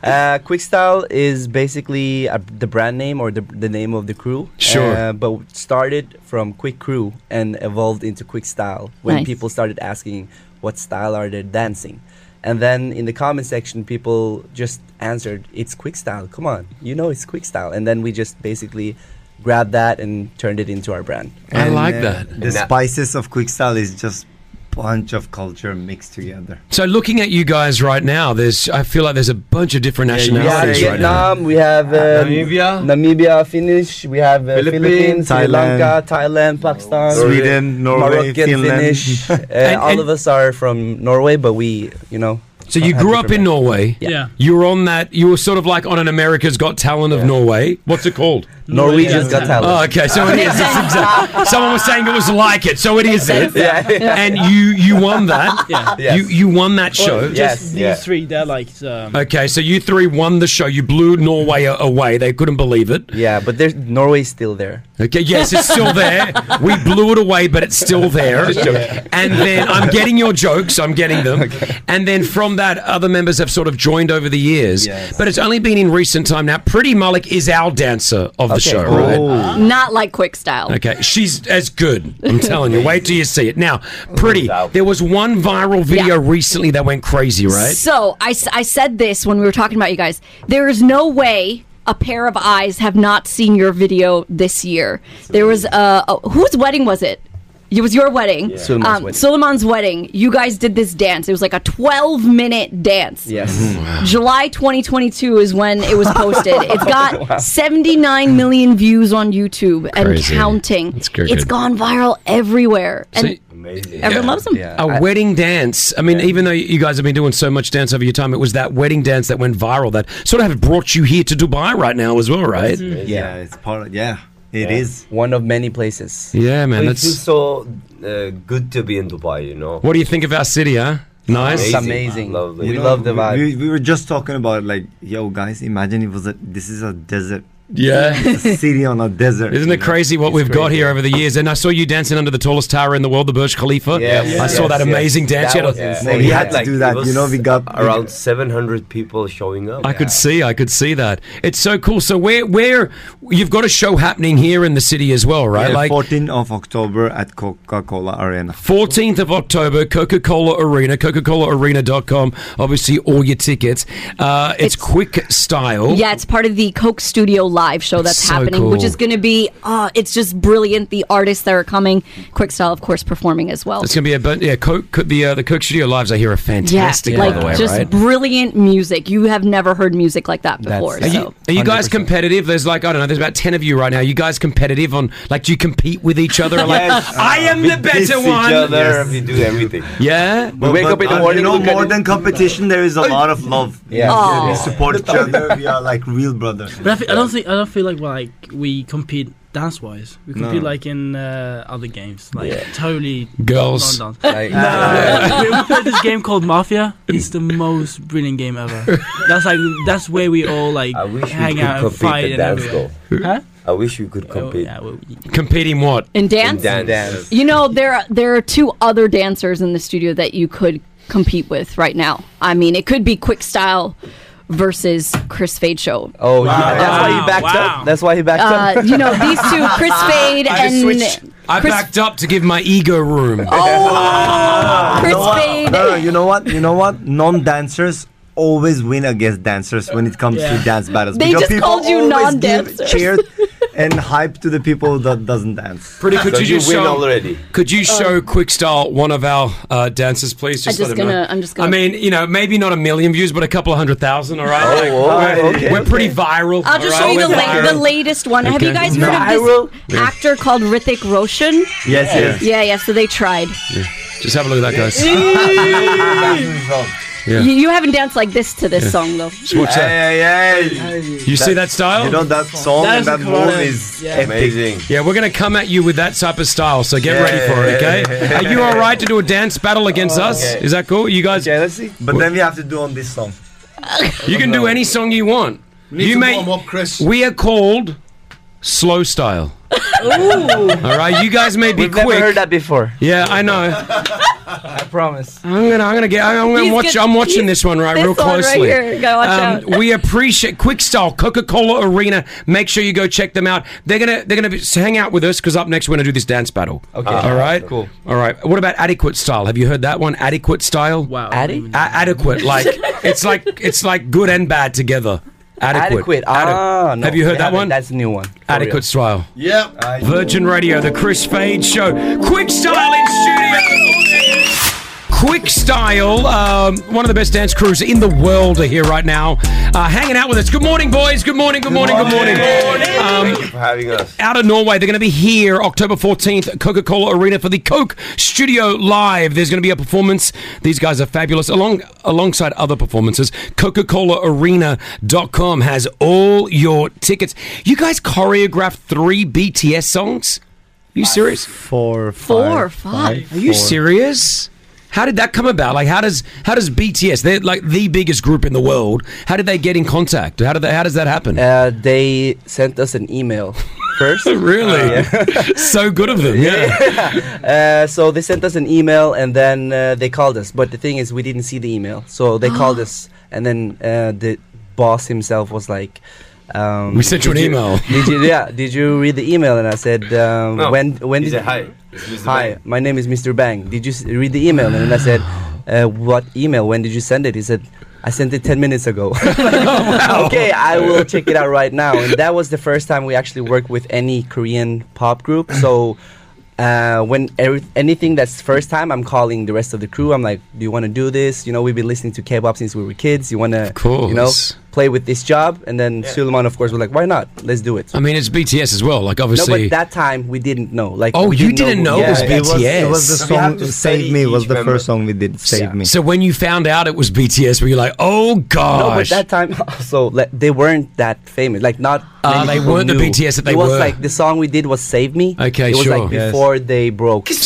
[SPEAKER 25] uh, Quickstyle is basically uh the brand name or the, the name of the crew.
[SPEAKER 6] Sure.
[SPEAKER 25] Uh, but started from Quick Crew and evolved into Quickstyle when
[SPEAKER 26] Nice.
[SPEAKER 25] people started asking what style are they dancing. And then in the comment section, people just answered, "It's Quickstyle. Come on, you know it's Quickstyle." And then we just basically grabbed that and turned it into our brand.
[SPEAKER 6] I
[SPEAKER 25] And,
[SPEAKER 6] like
[SPEAKER 25] uh,
[SPEAKER 6] that.
[SPEAKER 25] The
[SPEAKER 6] Nah.
[SPEAKER 25] spices of Quickstyle is just bunch of culture mixed together.
[SPEAKER 6] <laughs> So, looking at you guys right now, there's I feel like there's a bunch of different nationalities
[SPEAKER 25] we have
[SPEAKER 6] right now.
[SPEAKER 25] Vietnam, we have uh,
[SPEAKER 6] Namibia.
[SPEAKER 25] Namibia, Finnish, we have uh, Philippines, Sri Thailand. Lanka, Thailand, Pakistan, Sweden, Norway, Moroccan, Finland. <laughs> Finnish. Uh, And- all and- of us are from Norway, but we, you know.
[SPEAKER 6] So you grew up in Norway.
[SPEAKER 25] Yeah.
[SPEAKER 6] You were on that. You were sort of like on an America's Got Talent of Norway. What's it called?
[SPEAKER 25] Norwegians Got Talent.
[SPEAKER 6] Oh, okay. So it is. It's
[SPEAKER 25] <laughs>
[SPEAKER 6] exact- Someone was saying it was like it, so it is it.
[SPEAKER 25] Yeah.
[SPEAKER 6] And you you won that.
[SPEAKER 3] <laughs> Yeah.
[SPEAKER 6] You you won that show.
[SPEAKER 3] Or just These three, they're like. Um,
[SPEAKER 6] Okay, so you three won the show. You blew Norway a- away. They couldn't believe it.
[SPEAKER 25] Yeah, but there's Norway's still there.
[SPEAKER 6] Okay, yes, it's still
[SPEAKER 25] <laughs>
[SPEAKER 6] there. we blew it away, but it's still there.
[SPEAKER 25] Just joking.
[SPEAKER 6] And then I'm getting your jokes. I'm getting
[SPEAKER 25] <laughs>
[SPEAKER 6] them. And then from that, other members have sort of joined over the years. But it's only been in recent time now. Pretty Malik is our dancer of the
[SPEAKER 9] Okay.
[SPEAKER 6] show, right?
[SPEAKER 9] Not like quick style.
[SPEAKER 6] Okay, she's as good. I'm telling you. Wait till you see it. Now, pretty. There was one viral video recently that went crazy, right?
[SPEAKER 9] So I, s- I said this when we were talking about you guys. There is no way a pair of eyes have not seen your video this year. There was a, a- whose wedding was it? It was your wedding. Um,
[SPEAKER 25] Suleiman's wedding.
[SPEAKER 9] Suleiman's wedding. You guys did this dance. It was like a 12 minute dance.
[SPEAKER 25] Yes.
[SPEAKER 9] July 2022 is when it was
[SPEAKER 6] <laughs>
[SPEAKER 9] posted. It's got 79 million views on YouTube and
[SPEAKER 6] Crazy.
[SPEAKER 9] counting.
[SPEAKER 6] That's good.
[SPEAKER 9] It's gone viral everywhere. And
[SPEAKER 6] See-
[SPEAKER 9] everyone
[SPEAKER 6] Yeah.
[SPEAKER 9] loves them.
[SPEAKER 6] A wedding dance. I mean, even though you guys have been doing so much dance over your time, it was that wedding dance that went viral that sort of brought you here to Dubai right now as well, right?
[SPEAKER 25] Yeah, it's part. Of, yeah, it is one of many places.
[SPEAKER 6] Yeah, man.
[SPEAKER 5] Well, it feels
[SPEAKER 6] That's
[SPEAKER 5] so uh, good to be in Dubai, you know.
[SPEAKER 6] what do you think of our city, huh? Nice.
[SPEAKER 5] Lovely.
[SPEAKER 7] You
[SPEAKER 5] We
[SPEAKER 7] know,
[SPEAKER 5] love the
[SPEAKER 7] we-
[SPEAKER 5] vibe.
[SPEAKER 7] We, we were just talking about like, yo guys, imagine it was a this is a desert.
[SPEAKER 6] Yeah.
[SPEAKER 7] It's <laughs> a city on a desert.
[SPEAKER 6] Isn't it crazy what we've got here over the years? And I saw you dancing under the tallest tower in the world, the Burj Khalifa.
[SPEAKER 5] Yes,
[SPEAKER 6] I saw
[SPEAKER 5] yes,
[SPEAKER 6] that amazing
[SPEAKER 5] yes. That
[SPEAKER 6] dance. You had
[SPEAKER 5] was
[SPEAKER 6] a-
[SPEAKER 5] insane.
[SPEAKER 7] We had to do that,
[SPEAKER 5] it was
[SPEAKER 7] you know, we got-
[SPEAKER 5] around 700 people showing up.
[SPEAKER 6] I could see, I could see that. It's so cool. So where, where you've got a show happening here in the city as well, right?
[SPEAKER 7] Yeah,
[SPEAKER 6] like
[SPEAKER 7] 14th of October at Coca-Cola Arena.
[SPEAKER 6] 14th of October, Coca Cola Arena, coca cola arena.com. Obviously, all your tickets. Uh, it's, quick style.
[SPEAKER 9] Yeah, it's part of the Coke Studio live show that's
[SPEAKER 6] So
[SPEAKER 9] happening, which
[SPEAKER 6] cool.
[SPEAKER 9] is going to be, uh, it's just brilliant. The artists that are coming, Quickstyle, of course, performing as well.
[SPEAKER 6] It's going to be a bunch. Yeah, Coke, could the, uh, the Coke Studio Lives, I hear, are fantastic,
[SPEAKER 9] yeah, like
[SPEAKER 6] by the way,
[SPEAKER 9] just
[SPEAKER 6] right?
[SPEAKER 9] brilliant music. You have never heard music like that before.
[SPEAKER 6] are,
[SPEAKER 9] so.
[SPEAKER 6] you, are you guys competitive? There's like, I don't know, there's about 10 of you right now. Are you guys competitive on, like, do you compete with each other? Like,
[SPEAKER 7] Yes.
[SPEAKER 6] I am
[SPEAKER 7] We
[SPEAKER 6] the
[SPEAKER 7] diss
[SPEAKER 6] better
[SPEAKER 7] each
[SPEAKER 6] one.
[SPEAKER 7] other, Yes.
[SPEAKER 5] We do everything.
[SPEAKER 6] Yeah?
[SPEAKER 7] But- but, uh, You know, more than competition, there is a lot of love.
[SPEAKER 5] Yeah. Oh.
[SPEAKER 7] We
[SPEAKER 5] Aw.
[SPEAKER 7] support each other. We are like real brothers.
[SPEAKER 3] But I, thi- I don't think I don't feel like we're like we compete dance wise. We
[SPEAKER 7] No.
[SPEAKER 3] compete like in uh, other games, like
[SPEAKER 7] Yeah.
[SPEAKER 3] totally
[SPEAKER 6] Girls.
[SPEAKER 3] non-dance.
[SPEAKER 6] Like-
[SPEAKER 5] uh,
[SPEAKER 3] No.
[SPEAKER 6] Yeah.
[SPEAKER 3] we, we played this game called Mafia. It's the most brilliant game
[SPEAKER 6] <laughs>
[SPEAKER 3] ever. That's like that's where we all like
[SPEAKER 5] wish we
[SPEAKER 3] hang
[SPEAKER 5] could
[SPEAKER 3] out and
[SPEAKER 5] compete
[SPEAKER 3] fight
[SPEAKER 5] in
[SPEAKER 3] and
[SPEAKER 5] dance,
[SPEAKER 3] everything.
[SPEAKER 5] Huh? I wish we could compete.
[SPEAKER 6] Competing what?
[SPEAKER 9] In dance?
[SPEAKER 5] dance.
[SPEAKER 9] You know, there are, there are two other dancers in the studio that you could compete with right now. I mean, it could be Quickstyle versus Chris Fade Show.
[SPEAKER 25] Oh, yeah, that's why he backed up. That's why he backed
[SPEAKER 9] Uh,
[SPEAKER 25] up. Ah,
[SPEAKER 9] you know, these two,
[SPEAKER 25] <laughs>
[SPEAKER 9] Chris
[SPEAKER 6] <laughs>
[SPEAKER 9] Fade
[SPEAKER 6] I
[SPEAKER 9] and
[SPEAKER 6] switched. I
[SPEAKER 9] Chris-
[SPEAKER 6] backed up to give my ego room.
[SPEAKER 2] Ah,
[SPEAKER 7] Ah, You
[SPEAKER 25] Oh.
[SPEAKER 7] know what?
[SPEAKER 9] Fade.
[SPEAKER 7] No, no, you know what? You know what? Non-dancers always win against dancers when it comes
[SPEAKER 9] Yeah.
[SPEAKER 7] to dance battles.
[SPEAKER 9] They
[SPEAKER 7] because
[SPEAKER 9] just
[SPEAKER 7] people
[SPEAKER 9] called you
[SPEAKER 7] always give
[SPEAKER 9] non-dancers.
[SPEAKER 7] Cheer and hype to the people that doesn't dance.
[SPEAKER 6] Pretty could
[SPEAKER 7] So
[SPEAKER 6] you, just show, Could you show Quickstyle one of our uh, dancers, please?
[SPEAKER 9] Oh. I'm
[SPEAKER 6] Just
[SPEAKER 9] just
[SPEAKER 6] let them
[SPEAKER 9] gonna-
[SPEAKER 6] know.
[SPEAKER 9] I'm just gonna-
[SPEAKER 6] I mean, you know, maybe not a million views, but a couple of hundred thousand. All right,
[SPEAKER 7] Oh,
[SPEAKER 6] Like,
[SPEAKER 7] oh,
[SPEAKER 6] we're,
[SPEAKER 7] okay,
[SPEAKER 6] we're pretty viral.
[SPEAKER 9] I'll just show you the, la- the latest one. Have you
[SPEAKER 6] Okay.
[SPEAKER 9] guys heard of this actor called Rithik Roshan?
[SPEAKER 6] Yes, yes.
[SPEAKER 9] Yeah, yeah, so they tried.
[SPEAKER 6] Just have a look at that, guys. Yeah.
[SPEAKER 9] <laughs> You, you haven't danced like this to this
[SPEAKER 6] Yeah.
[SPEAKER 9] song, though.
[SPEAKER 6] Just watch that. You see that style?
[SPEAKER 7] You know that song
[SPEAKER 6] That
[SPEAKER 7] and
[SPEAKER 6] is
[SPEAKER 7] that
[SPEAKER 6] correct.
[SPEAKER 7] move is
[SPEAKER 6] Yeah.
[SPEAKER 7] epic. amazing.
[SPEAKER 6] Yeah, we're going to come at you with that type of style, so get ready for it, okay? Are you all right to do a dance battle against us?
[SPEAKER 7] Oh, Okay.
[SPEAKER 6] Is that cool? You guys?
[SPEAKER 7] Yeah, let's see. But then we have to do on this song.
[SPEAKER 6] You can do any song you want.
[SPEAKER 7] We need
[SPEAKER 6] you
[SPEAKER 7] to warm up, Chris.
[SPEAKER 6] We are called slow style. All right, you guys may be
[SPEAKER 25] We've
[SPEAKER 6] quick.
[SPEAKER 25] never heard that before.
[SPEAKER 6] Yeah, I know.
[SPEAKER 25] I promise.
[SPEAKER 6] I'm gonna, I'm gonna get. I'm gonna
[SPEAKER 25] He's
[SPEAKER 6] watch.
[SPEAKER 25] good-
[SPEAKER 6] I'm watching
[SPEAKER 25] he's-
[SPEAKER 6] this one right
[SPEAKER 25] this
[SPEAKER 6] real
[SPEAKER 25] one right
[SPEAKER 6] closely. Um,
[SPEAKER 25] here. Gotta watch out.
[SPEAKER 6] we appreciate Quick Style, Coca Cola Arena. Make sure you go check them out. They're gonna, they're gonna be, so hang out with us because up next we're gonna do this dance battle.
[SPEAKER 25] Okay. Uh-huh.
[SPEAKER 6] All right.
[SPEAKER 25] Cool.
[SPEAKER 6] All right. What about Adequate Style? Have you heard that one? Adequate Style. Wow.
[SPEAKER 25] Adi-
[SPEAKER 6] adequate. Like it's like it's like good and bad together. Adequate.
[SPEAKER 25] Adequate.
[SPEAKER 6] Ade-
[SPEAKER 25] Ah, no,
[SPEAKER 6] Have you
[SPEAKER 25] we
[SPEAKER 6] heard that
[SPEAKER 25] haven't.
[SPEAKER 6] one?
[SPEAKER 25] That's a new one. For
[SPEAKER 6] Adequate
[SPEAKER 25] real.
[SPEAKER 6] Style.
[SPEAKER 25] Yep.
[SPEAKER 6] Virgin Radio, the Chris Fade Show. Quick Style in studio. Quick Style, um, one of the best dance crews in the world, are here right now, uh, hanging out with us. Good morning, boys. Good morning. Good morning. Good morning. Um,
[SPEAKER 13] Thank you for having us.
[SPEAKER 6] out of Norway. They're going to be here October 14th at Coca Cola Arena for the Coke Studio Live. There's going to be a performance. These guys are fabulous. Along Alongside other performances, Coca Cola Arena.com has all your tickets. You guys choreographed three BTS songs? Are you serious? Four,
[SPEAKER 9] Four, five, five,
[SPEAKER 6] Are you
[SPEAKER 9] four.
[SPEAKER 6] serious? How did that come about? Like, how does how does BTS? They're like the biggest group in the world. How did they get in contact? How did they, how does that happen?
[SPEAKER 25] Uh, they sent us an email <laughs>
[SPEAKER 6] <laughs>
[SPEAKER 25] first.
[SPEAKER 6] really?
[SPEAKER 25] <laughs>
[SPEAKER 6] so good of them. <laughs> Yeah.
[SPEAKER 25] Uh, so they sent us an email and then uh, they called us. But the thing is, we didn't see the email. So they called us and then uh, the boss himself was like, um,
[SPEAKER 6] We sent you
[SPEAKER 25] "Did
[SPEAKER 6] an email."
[SPEAKER 25] <laughs> Did you, yeah, did you read the email? And I said, um,
[SPEAKER 13] No,
[SPEAKER 25] when when
[SPEAKER 13] he
[SPEAKER 25] did
[SPEAKER 13] said, "Hi,
[SPEAKER 25] you-
[SPEAKER 13] it's Mr.
[SPEAKER 25] Hi,
[SPEAKER 13] Bang."
[SPEAKER 25] my name is Mr. Bang. Did you s- read the email? And then I said, uh, what email? When did you send it? He said, I sent it ten minutes
[SPEAKER 6] <laughs>
[SPEAKER 25] ago. <laughs> Okay, I will check it out right now. And that was the first time we actually worked with any Korean pop group. So uh, when every, anything that's first time, I'm calling the rest of the crew. I'm like, "Do you want to do this? You know, we've been listening to K-pop since we were kids. You want to, you know,
[SPEAKER 6] course.
[SPEAKER 25] play with this job?" And then Suleiman, of course, was like, "Why not? Let's do it."
[SPEAKER 6] I mean, it's BTS as well. Like,
[SPEAKER 25] No,
[SPEAKER 6] obviously.
[SPEAKER 25] but that time we didn't know. Like,
[SPEAKER 6] Oh,
[SPEAKER 25] we
[SPEAKER 6] you didn't know it was
[SPEAKER 25] Yeah.
[SPEAKER 6] BTS.
[SPEAKER 7] It was the
[SPEAKER 6] We have
[SPEAKER 7] song
[SPEAKER 6] to
[SPEAKER 7] "Save Me" was the first song we did. Save me.
[SPEAKER 6] So when you found out it was BTS, were you like, oh gosh?
[SPEAKER 25] No, but that time <laughs> also like, they weren't that famous. Like not.
[SPEAKER 6] Ah,
[SPEAKER 25] many
[SPEAKER 6] they
[SPEAKER 25] people
[SPEAKER 6] weren't the
[SPEAKER 25] knew.
[SPEAKER 6] BTS that they
[SPEAKER 25] it was
[SPEAKER 6] were.
[SPEAKER 25] like the song we did was "Save Me."
[SPEAKER 6] Okay,
[SPEAKER 25] it was
[SPEAKER 6] sure.
[SPEAKER 25] like
[SPEAKER 6] Yes.
[SPEAKER 25] before they broke. <laughs>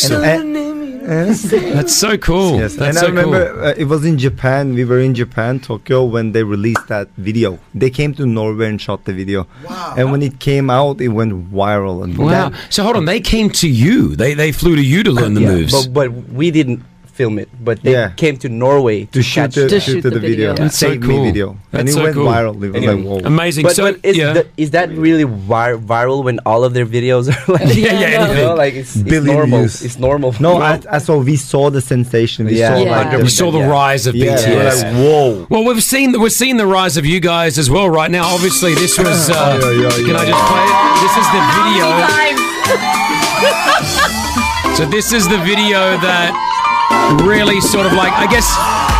[SPEAKER 6] That's so cool.
[SPEAKER 7] Yes,
[SPEAKER 6] That's
[SPEAKER 7] and
[SPEAKER 6] so
[SPEAKER 7] I remember uh, it was in Japan. We were in Japan, Tokyo, when they released that video. They came to Norway and shot the video. Wow! And when it came out, it went viral. And
[SPEAKER 6] Wow.
[SPEAKER 7] then-
[SPEAKER 6] so hold on, they came to you. They they flew to you to learn the
[SPEAKER 7] Yeah,
[SPEAKER 6] moves.
[SPEAKER 25] But, but we didn't film it. But they
[SPEAKER 7] Yeah.
[SPEAKER 25] came to Norway to, catch
[SPEAKER 7] shoot the-
[SPEAKER 25] that.
[SPEAKER 7] To shoot shoot the the video. video.
[SPEAKER 6] That's so
[SPEAKER 25] Save
[SPEAKER 6] cool.
[SPEAKER 25] And
[SPEAKER 6] That's
[SPEAKER 25] it
[SPEAKER 6] so
[SPEAKER 25] went
[SPEAKER 6] cool.
[SPEAKER 25] viral. It was
[SPEAKER 6] Anyway.
[SPEAKER 25] like, whoa.
[SPEAKER 6] Amazing.
[SPEAKER 25] But,
[SPEAKER 6] so
[SPEAKER 25] but is,
[SPEAKER 6] yeah.
[SPEAKER 25] the- is that really vir- viral when all of their videos are <laughs> like
[SPEAKER 6] Yeah, yeah,
[SPEAKER 25] you know,
[SPEAKER 6] anything.
[SPEAKER 25] like it's, it's
[SPEAKER 7] Billion
[SPEAKER 25] normal.
[SPEAKER 7] views.
[SPEAKER 25] It's normal.
[SPEAKER 7] No, I, I saw. We saw the sensation. We
[SPEAKER 25] Yeah.
[SPEAKER 7] saw
[SPEAKER 25] Yeah.
[SPEAKER 7] like
[SPEAKER 6] We saw the rise of
[SPEAKER 7] Yeah, we're
[SPEAKER 6] BTS.
[SPEAKER 7] like, whoa.
[SPEAKER 6] Well, we've seen we're seeing the rise of you guys as well right now. Obviously, this was. Uh, Can I just play it? This is the video. So this is the video that really sort of like I guess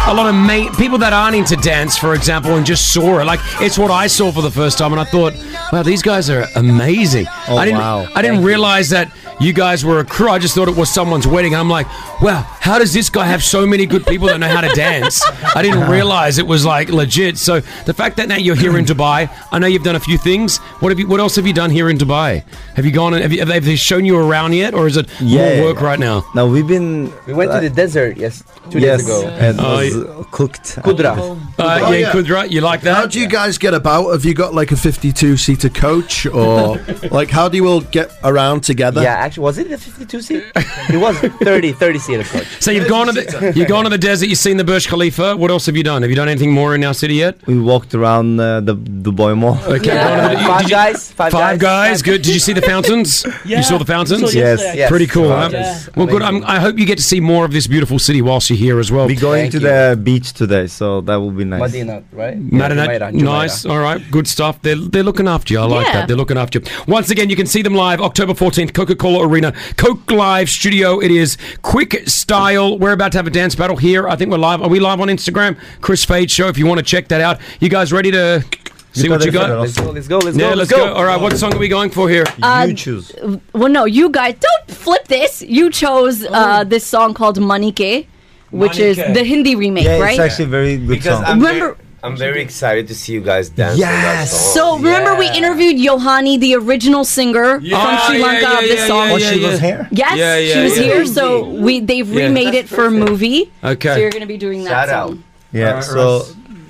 [SPEAKER 6] a lot of ma- people that aren't into dance, for example, and just saw it. Like it's what I saw for the first time, and I thought, wow, these guys are amazing.
[SPEAKER 7] Oh,
[SPEAKER 6] I didn't,
[SPEAKER 7] wow.
[SPEAKER 6] I didn't realize that you guys were a crew. I just thought it was someone's wedding. I'm like, wow, how does this guy have so many good people that know how to dance? I didn't
[SPEAKER 7] <laughs>
[SPEAKER 6] realize it was like legit. So the fact that now you're here
[SPEAKER 7] <clears throat>
[SPEAKER 6] in Dubai, I know you've done a few things. What have you? What else have you done here in Dubai? Have you gone? and Have, you, have they shown you around yet, or is it more work right now?
[SPEAKER 7] Now we've been. uh,
[SPEAKER 25] We went to the desert. Yes, two days
[SPEAKER 7] yes,
[SPEAKER 25] ago.
[SPEAKER 7] and
[SPEAKER 6] Oh,
[SPEAKER 7] was
[SPEAKER 6] yeah.
[SPEAKER 7] uh, cooked.
[SPEAKER 25] Kudra.
[SPEAKER 6] Uh, yeah, Kudra, you like that?
[SPEAKER 1] Oh, How do you guys get about? Have you got like a 52 seater coach
[SPEAKER 6] <laughs>
[SPEAKER 1] or like how do you all get around together?
[SPEAKER 25] Yeah, actually, was it the 52 seat? it was 30, 30 seat, of course.
[SPEAKER 6] So you've gone to the you've gone to the desert. You've seen the Burj Khalifa. What else have you done? Have you done anything more in our city yet?
[SPEAKER 7] We walked around uh, the Dubai Mall.
[SPEAKER 6] Okay, gone to the-
[SPEAKER 25] Five
[SPEAKER 6] did you-
[SPEAKER 25] guys, five,
[SPEAKER 6] Five guys, good. Did you see the fountains? You saw the
[SPEAKER 7] We
[SPEAKER 6] fountains?
[SPEAKER 7] saw Yes. yesterday.
[SPEAKER 6] Pretty cool, huh?
[SPEAKER 7] Yes. Yeah.
[SPEAKER 6] Well, good. I'm, I hope you get to see more of this beautiful city whilst you're here as well.
[SPEAKER 7] We're going to the beach today, so that will be nice.
[SPEAKER 25] Madina, right?
[SPEAKER 6] Madinat,
[SPEAKER 25] Yeah, Jumeirah, Jumeirah.
[SPEAKER 6] nice. All right, good stuff. They're, they're looking after you. I like
[SPEAKER 25] Yeah.
[SPEAKER 6] that. They're looking after you. Once again, you can see them live October 14th, Coca Cola Arena, Coke Live Studio. It is quick style. We're about to have a dance battle here. I think we're live. Are we live on Instagram? Chris Fade Show, if you want to check that out. You guys ready to see what you got?
[SPEAKER 25] Let's go, let's go, let's
[SPEAKER 6] yeah,
[SPEAKER 25] go.
[SPEAKER 6] let's go. All right, what song are we going for here?
[SPEAKER 9] Uh, You choose. Well, no, you guys don't flip this. You chose uh, this song called Money Ke, which is
[SPEAKER 13] Money Ke.
[SPEAKER 9] the Hindi remake,
[SPEAKER 7] Yeah,
[SPEAKER 9] right?
[SPEAKER 7] it's actually very good
[SPEAKER 13] Because
[SPEAKER 7] song.
[SPEAKER 13] I'm very, I'm very excited to see you guys dance.
[SPEAKER 7] Yes.
[SPEAKER 9] So remember, we interviewed Yohani, the original singer from Sri
[SPEAKER 13] yeah,
[SPEAKER 9] Lanka
[SPEAKER 13] yeah,
[SPEAKER 9] of this
[SPEAKER 13] yeah,
[SPEAKER 9] song.
[SPEAKER 13] yeah, Oh, she yeah, was yeah. here?
[SPEAKER 9] Yes,
[SPEAKER 13] Yeah,
[SPEAKER 9] she
[SPEAKER 13] yeah,
[SPEAKER 9] was
[SPEAKER 13] yeah.
[SPEAKER 9] here. So we they've
[SPEAKER 6] Yeah.
[SPEAKER 9] remade it for a movie.
[SPEAKER 6] Okay.
[SPEAKER 9] so you're gonna be doing that
[SPEAKER 6] Shout out.
[SPEAKER 9] song.
[SPEAKER 7] Yeah, so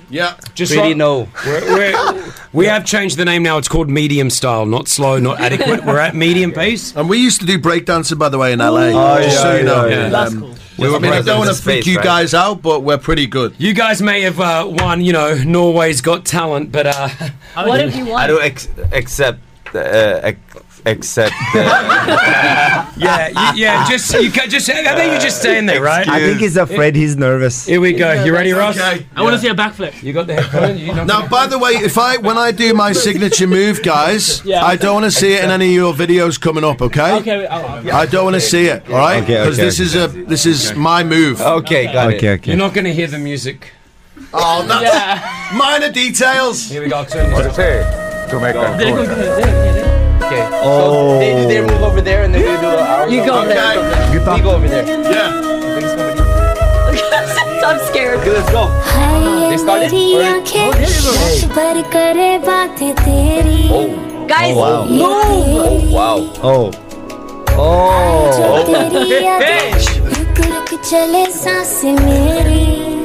[SPEAKER 6] Yeah, just
[SPEAKER 25] Pretty
[SPEAKER 6] like-
[SPEAKER 25] no.
[SPEAKER 6] We're, we're, we have changed the name now. It's called Medium Style, not slow, not adequate. We're at medium pace.
[SPEAKER 1] And we used to do breakdancing, by the way, in LA.
[SPEAKER 6] Oh,
[SPEAKER 1] just
[SPEAKER 6] yeah,
[SPEAKER 1] so you
[SPEAKER 6] yeah,
[SPEAKER 1] know.
[SPEAKER 6] yeah.
[SPEAKER 1] And,
[SPEAKER 6] That's
[SPEAKER 1] um,
[SPEAKER 6] cool.
[SPEAKER 1] we
[SPEAKER 6] Just
[SPEAKER 1] were- I mean, I
[SPEAKER 6] presence
[SPEAKER 1] don't want
[SPEAKER 6] in
[SPEAKER 1] to freak
[SPEAKER 6] space,
[SPEAKER 1] you
[SPEAKER 6] right?
[SPEAKER 1] guys out, but we're pretty good.
[SPEAKER 6] You guys may have uh, won, you know, Norway's got talent, but uh,
[SPEAKER 9] What have you won?
[SPEAKER 13] I don't ex- accept. Uh, ac-
[SPEAKER 27] except
[SPEAKER 6] yeah, you, yeah. Just you can just. I think you're just staying there, right?
[SPEAKER 7] I think he's afraid he's nervous.
[SPEAKER 6] Here we go. You ready, Ross?
[SPEAKER 28] I want to see a backflip.
[SPEAKER 6] You got the headphone. You know,
[SPEAKER 1] Now, by the way, if I when I do my signature move, guys,
[SPEAKER 28] Yeah.
[SPEAKER 1] I don't want to see it in any of your videos coming up. Okay.
[SPEAKER 28] Okay, I'll- I'll-
[SPEAKER 1] I don't want to see it. All right.
[SPEAKER 6] Okay,
[SPEAKER 1] Because
[SPEAKER 6] okay,
[SPEAKER 1] this is a this is my move.
[SPEAKER 6] Okay,
[SPEAKER 7] got it. Okay, okay.
[SPEAKER 6] You're not going to hear the music.
[SPEAKER 1] Oh, that's <laughs> minor details. Here
[SPEAKER 6] we go. What
[SPEAKER 1] is it?
[SPEAKER 27] to make a
[SPEAKER 25] Okay. So they, they move over there and then we do our.
[SPEAKER 9] You go
[SPEAKER 25] okay.
[SPEAKER 9] there.
[SPEAKER 25] We go over there.
[SPEAKER 1] Yeah.
[SPEAKER 9] <laughs> I'm scared.
[SPEAKER 25] let's go. They started. Oh,
[SPEAKER 9] Guys,
[SPEAKER 25] Oh. wow.
[SPEAKER 9] move.
[SPEAKER 25] Wow.
[SPEAKER 7] Oh.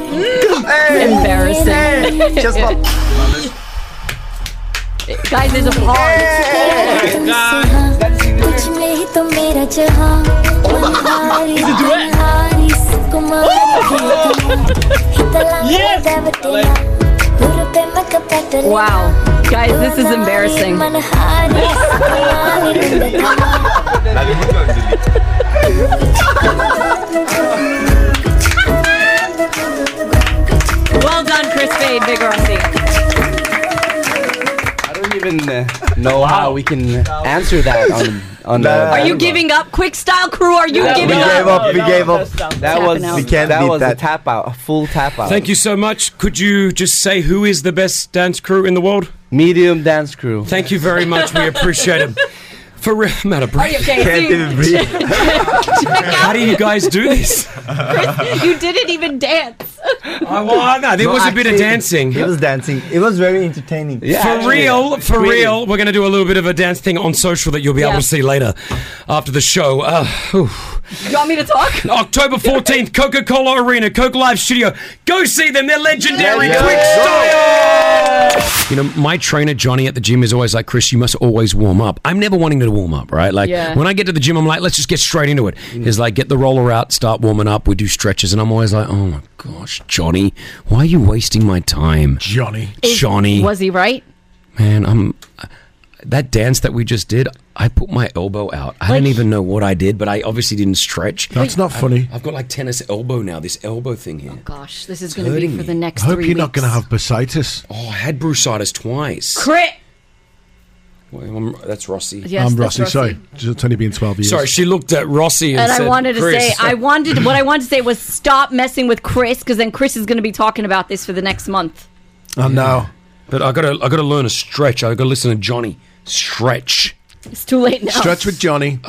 [SPEAKER 25] Oh. <laughs>
[SPEAKER 9] Embarrassing.
[SPEAKER 25] Just
[SPEAKER 9] Guys, there's a
[SPEAKER 2] Oh
[SPEAKER 9] pause.
[SPEAKER 2] Oh
[SPEAKER 9] Wow. Guys, this is embarrassing.
[SPEAKER 6] <laughs>
[SPEAKER 9] well done, Chris Fade, Big Rossi.
[SPEAKER 25] I don't even uh, know how we can answer that on on. Uh,
[SPEAKER 9] Are you giving up? Quick Style Crew, are you
[SPEAKER 25] Yeah,
[SPEAKER 9] giving
[SPEAKER 25] we
[SPEAKER 9] up?
[SPEAKER 25] gave up, we gave up. That
[SPEAKER 9] Tapping
[SPEAKER 25] was
[SPEAKER 9] out.
[SPEAKER 25] that was a tap out, a full tap out.
[SPEAKER 6] Thank you so much. Could you just say who is the best dance crew in the world?
[SPEAKER 25] Medium dance crew.
[SPEAKER 6] Thank you very much. We appreciate it. For real, I'm out of breath.
[SPEAKER 9] okay? Can't <laughs> even breathe.
[SPEAKER 6] <laughs> How do you guys do this?
[SPEAKER 9] you didn't even dance.
[SPEAKER 6] I won. No, there was a bit of dancing.
[SPEAKER 7] It was dancing. It was very entertaining.
[SPEAKER 6] for real, for real, we're going to do a little bit of a dance thing on social that you'll be
[SPEAKER 9] Yeah.
[SPEAKER 6] able to see later after the show. Uh, whew.
[SPEAKER 9] You want me to talk?
[SPEAKER 6] October 14th, Coca Cola Arena, Coke Live Studio. Go see them, they're legendary.
[SPEAKER 2] Yeah.
[SPEAKER 6] Quick
[SPEAKER 2] Yeah.
[SPEAKER 6] You know, my trainer Johnny at the gym is always like, Chris, you must always warm up. I'm never wanting to warm up, right? Like
[SPEAKER 2] Yeah.
[SPEAKER 6] when I get to the gym, I'm like, let's just get straight into it.
[SPEAKER 9] Mm.
[SPEAKER 6] He's like, get the roller out, start warming up. We do stretches, and I'm always like, oh my gosh, Johnny, why are you wasting my time,
[SPEAKER 1] Johnny?
[SPEAKER 6] Johnny,
[SPEAKER 9] Was he right?
[SPEAKER 6] man, I'm that dance that we just did. I put my elbow out. I don't even know what I did, but I obviously didn't stretch.
[SPEAKER 1] That's not
[SPEAKER 6] I've-
[SPEAKER 1] funny.
[SPEAKER 6] I've, got like tennis elbow now. This elbow thing here.
[SPEAKER 9] Oh Gosh, this is
[SPEAKER 6] It's
[SPEAKER 9] going to be
[SPEAKER 6] hurting
[SPEAKER 9] for
[SPEAKER 6] me.
[SPEAKER 9] the next
[SPEAKER 1] I hope
[SPEAKER 9] three
[SPEAKER 1] you're not
[SPEAKER 9] weeks.
[SPEAKER 1] going to have bursitis.
[SPEAKER 6] Oh, I had brucitis twice.
[SPEAKER 9] Crit.
[SPEAKER 6] Well, I'm- that's Rossi.
[SPEAKER 1] I'm Rossi. Sorry, just- it's only been twelve years.
[SPEAKER 6] Sorry, she looked at Rossi and,
[SPEAKER 9] And I
[SPEAKER 6] said,
[SPEAKER 9] wanted to
[SPEAKER 6] "Chris."
[SPEAKER 9] say, I wanted what I wanted to say was stop messing with Chris because then Chris is going to be talking about this for the next month.
[SPEAKER 1] I know.
[SPEAKER 6] But I gotta, I gotta learn a stretch. I gotta listen to Johnny stretch. Ah,
[SPEAKER 9] It's too late now.
[SPEAKER 1] with Johnny.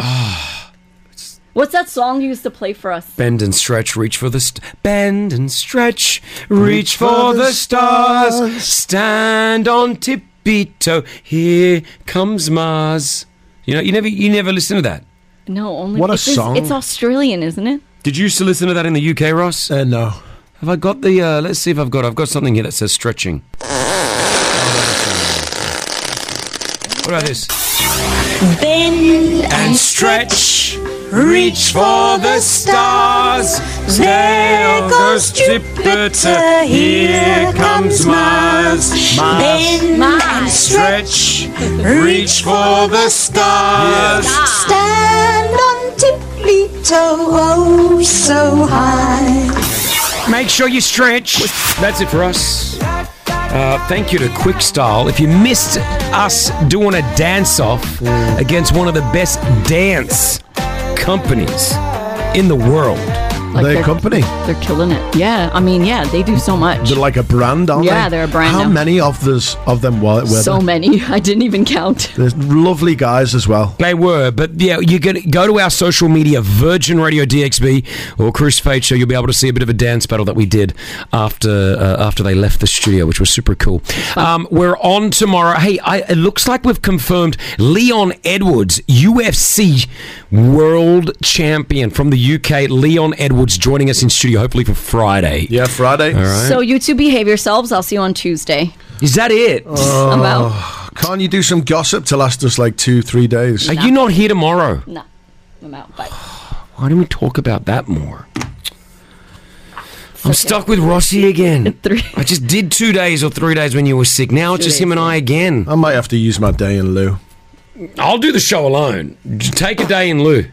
[SPEAKER 9] What's that song you used to play for us?
[SPEAKER 6] Bend and stretch, reach for the st- bend and stretch, reach for the stars. Stand on tippy-toe. Here comes Mars. You know, you never, you never listen to that.
[SPEAKER 9] No, only
[SPEAKER 6] What a
[SPEAKER 9] it's, it's-
[SPEAKER 6] song.
[SPEAKER 9] It's Australian, isn't it?
[SPEAKER 6] Did you used to listen to that in the UK, Ross?
[SPEAKER 1] Uh, no.
[SPEAKER 6] Have I got the? Uh, let's see if I've got. I've got something here that says stretching. What about this?
[SPEAKER 2] Bend
[SPEAKER 6] and stretch. Reach for the stars. There goes Jupiter. Here comes Mars.
[SPEAKER 2] Bend and
[SPEAKER 6] stretch. Reach for the stars.
[SPEAKER 2] Stand on tiptoe, oh so high.
[SPEAKER 6] Make sure you stretch. That's it for us. Uh, thank you to Quick Style. If you missed us doing a dance off against one of the best dance companies in the world,
[SPEAKER 1] Their company.
[SPEAKER 9] They're killing it. Yeah, I mean, yeah, they do so much.
[SPEAKER 1] They're like a brand, aren't they?
[SPEAKER 9] Yeah, they're a brand
[SPEAKER 1] How
[SPEAKER 9] now.
[SPEAKER 1] many of those of them were, were
[SPEAKER 9] so
[SPEAKER 1] there?
[SPEAKER 9] many. <laughs> I didn't even count.
[SPEAKER 1] There's lovely guys as well.
[SPEAKER 6] They were, but yeah, you can go to our social media, Virgin Radio DXB or Chris Fate Show. You'll be able to see a bit of a dance battle that we did after uh, after they left the studio, which was
[SPEAKER 1] <laughs>
[SPEAKER 6] super cool. Um, we're on tomorrow. Hey, I, it looks like we've confirmed Leon Edwards, UFC World Champion from the UK. Leon Edwards joining us in studio, hopefully for Friday.
[SPEAKER 1] Yeah, Friday.
[SPEAKER 6] All right.
[SPEAKER 9] So you two behave yourselves. I'll see you on Tuesday.
[SPEAKER 6] Is that it?
[SPEAKER 9] I'm out.
[SPEAKER 1] Can't Oh. you do some gossip to last us like two, three days?
[SPEAKER 6] Are you not here tomorrow?
[SPEAKER 9] No, I'm out. Bye.
[SPEAKER 6] Why don't we talk about that more? I'm stuck with
[SPEAKER 16] <laughs>
[SPEAKER 6] Rossi again. I just did two days or three days when you were sick. Now it's just him and I again.
[SPEAKER 1] I might have to use my day in lieu.
[SPEAKER 6] I'll do the show alone. J- Take a day in lieu.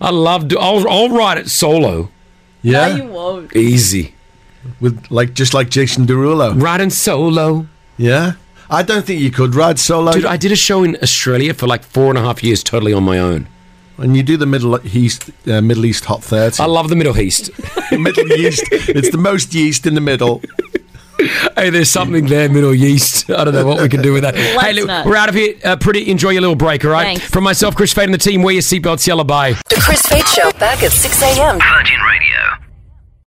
[SPEAKER 6] I love. Do, I'll I'll write it solo.
[SPEAKER 1] Yeah? No,
[SPEAKER 16] you won't.
[SPEAKER 6] Easy.
[SPEAKER 1] With like just like Jason Derulo
[SPEAKER 6] riding solo.
[SPEAKER 1] Yeah, I don't think you could ride solo, <laughs>
[SPEAKER 6] dude. I did a show in Australia for like four and a half years, totally on my own.
[SPEAKER 1] And you do the Middle East, uh, Middle East Hot Thirty. I
[SPEAKER 6] love the Middle
[SPEAKER 16] <laughs>
[SPEAKER 6] East.
[SPEAKER 1] middle East. It's the most yeast in the middle.
[SPEAKER 6] Hey, there's something there, middle yeast. I don't know what we can do with that. hey,
[SPEAKER 3] Let's
[SPEAKER 6] look,
[SPEAKER 3] not.
[SPEAKER 6] we're out of here. Uh, pretty enjoy your little break, all right?
[SPEAKER 3] Thanks.
[SPEAKER 6] From myself, Chris Fade, and the team, wear your seatbelts, yellow bye.
[SPEAKER 4] The Chris Fade Show back at 6 a.m. Virgin Radio.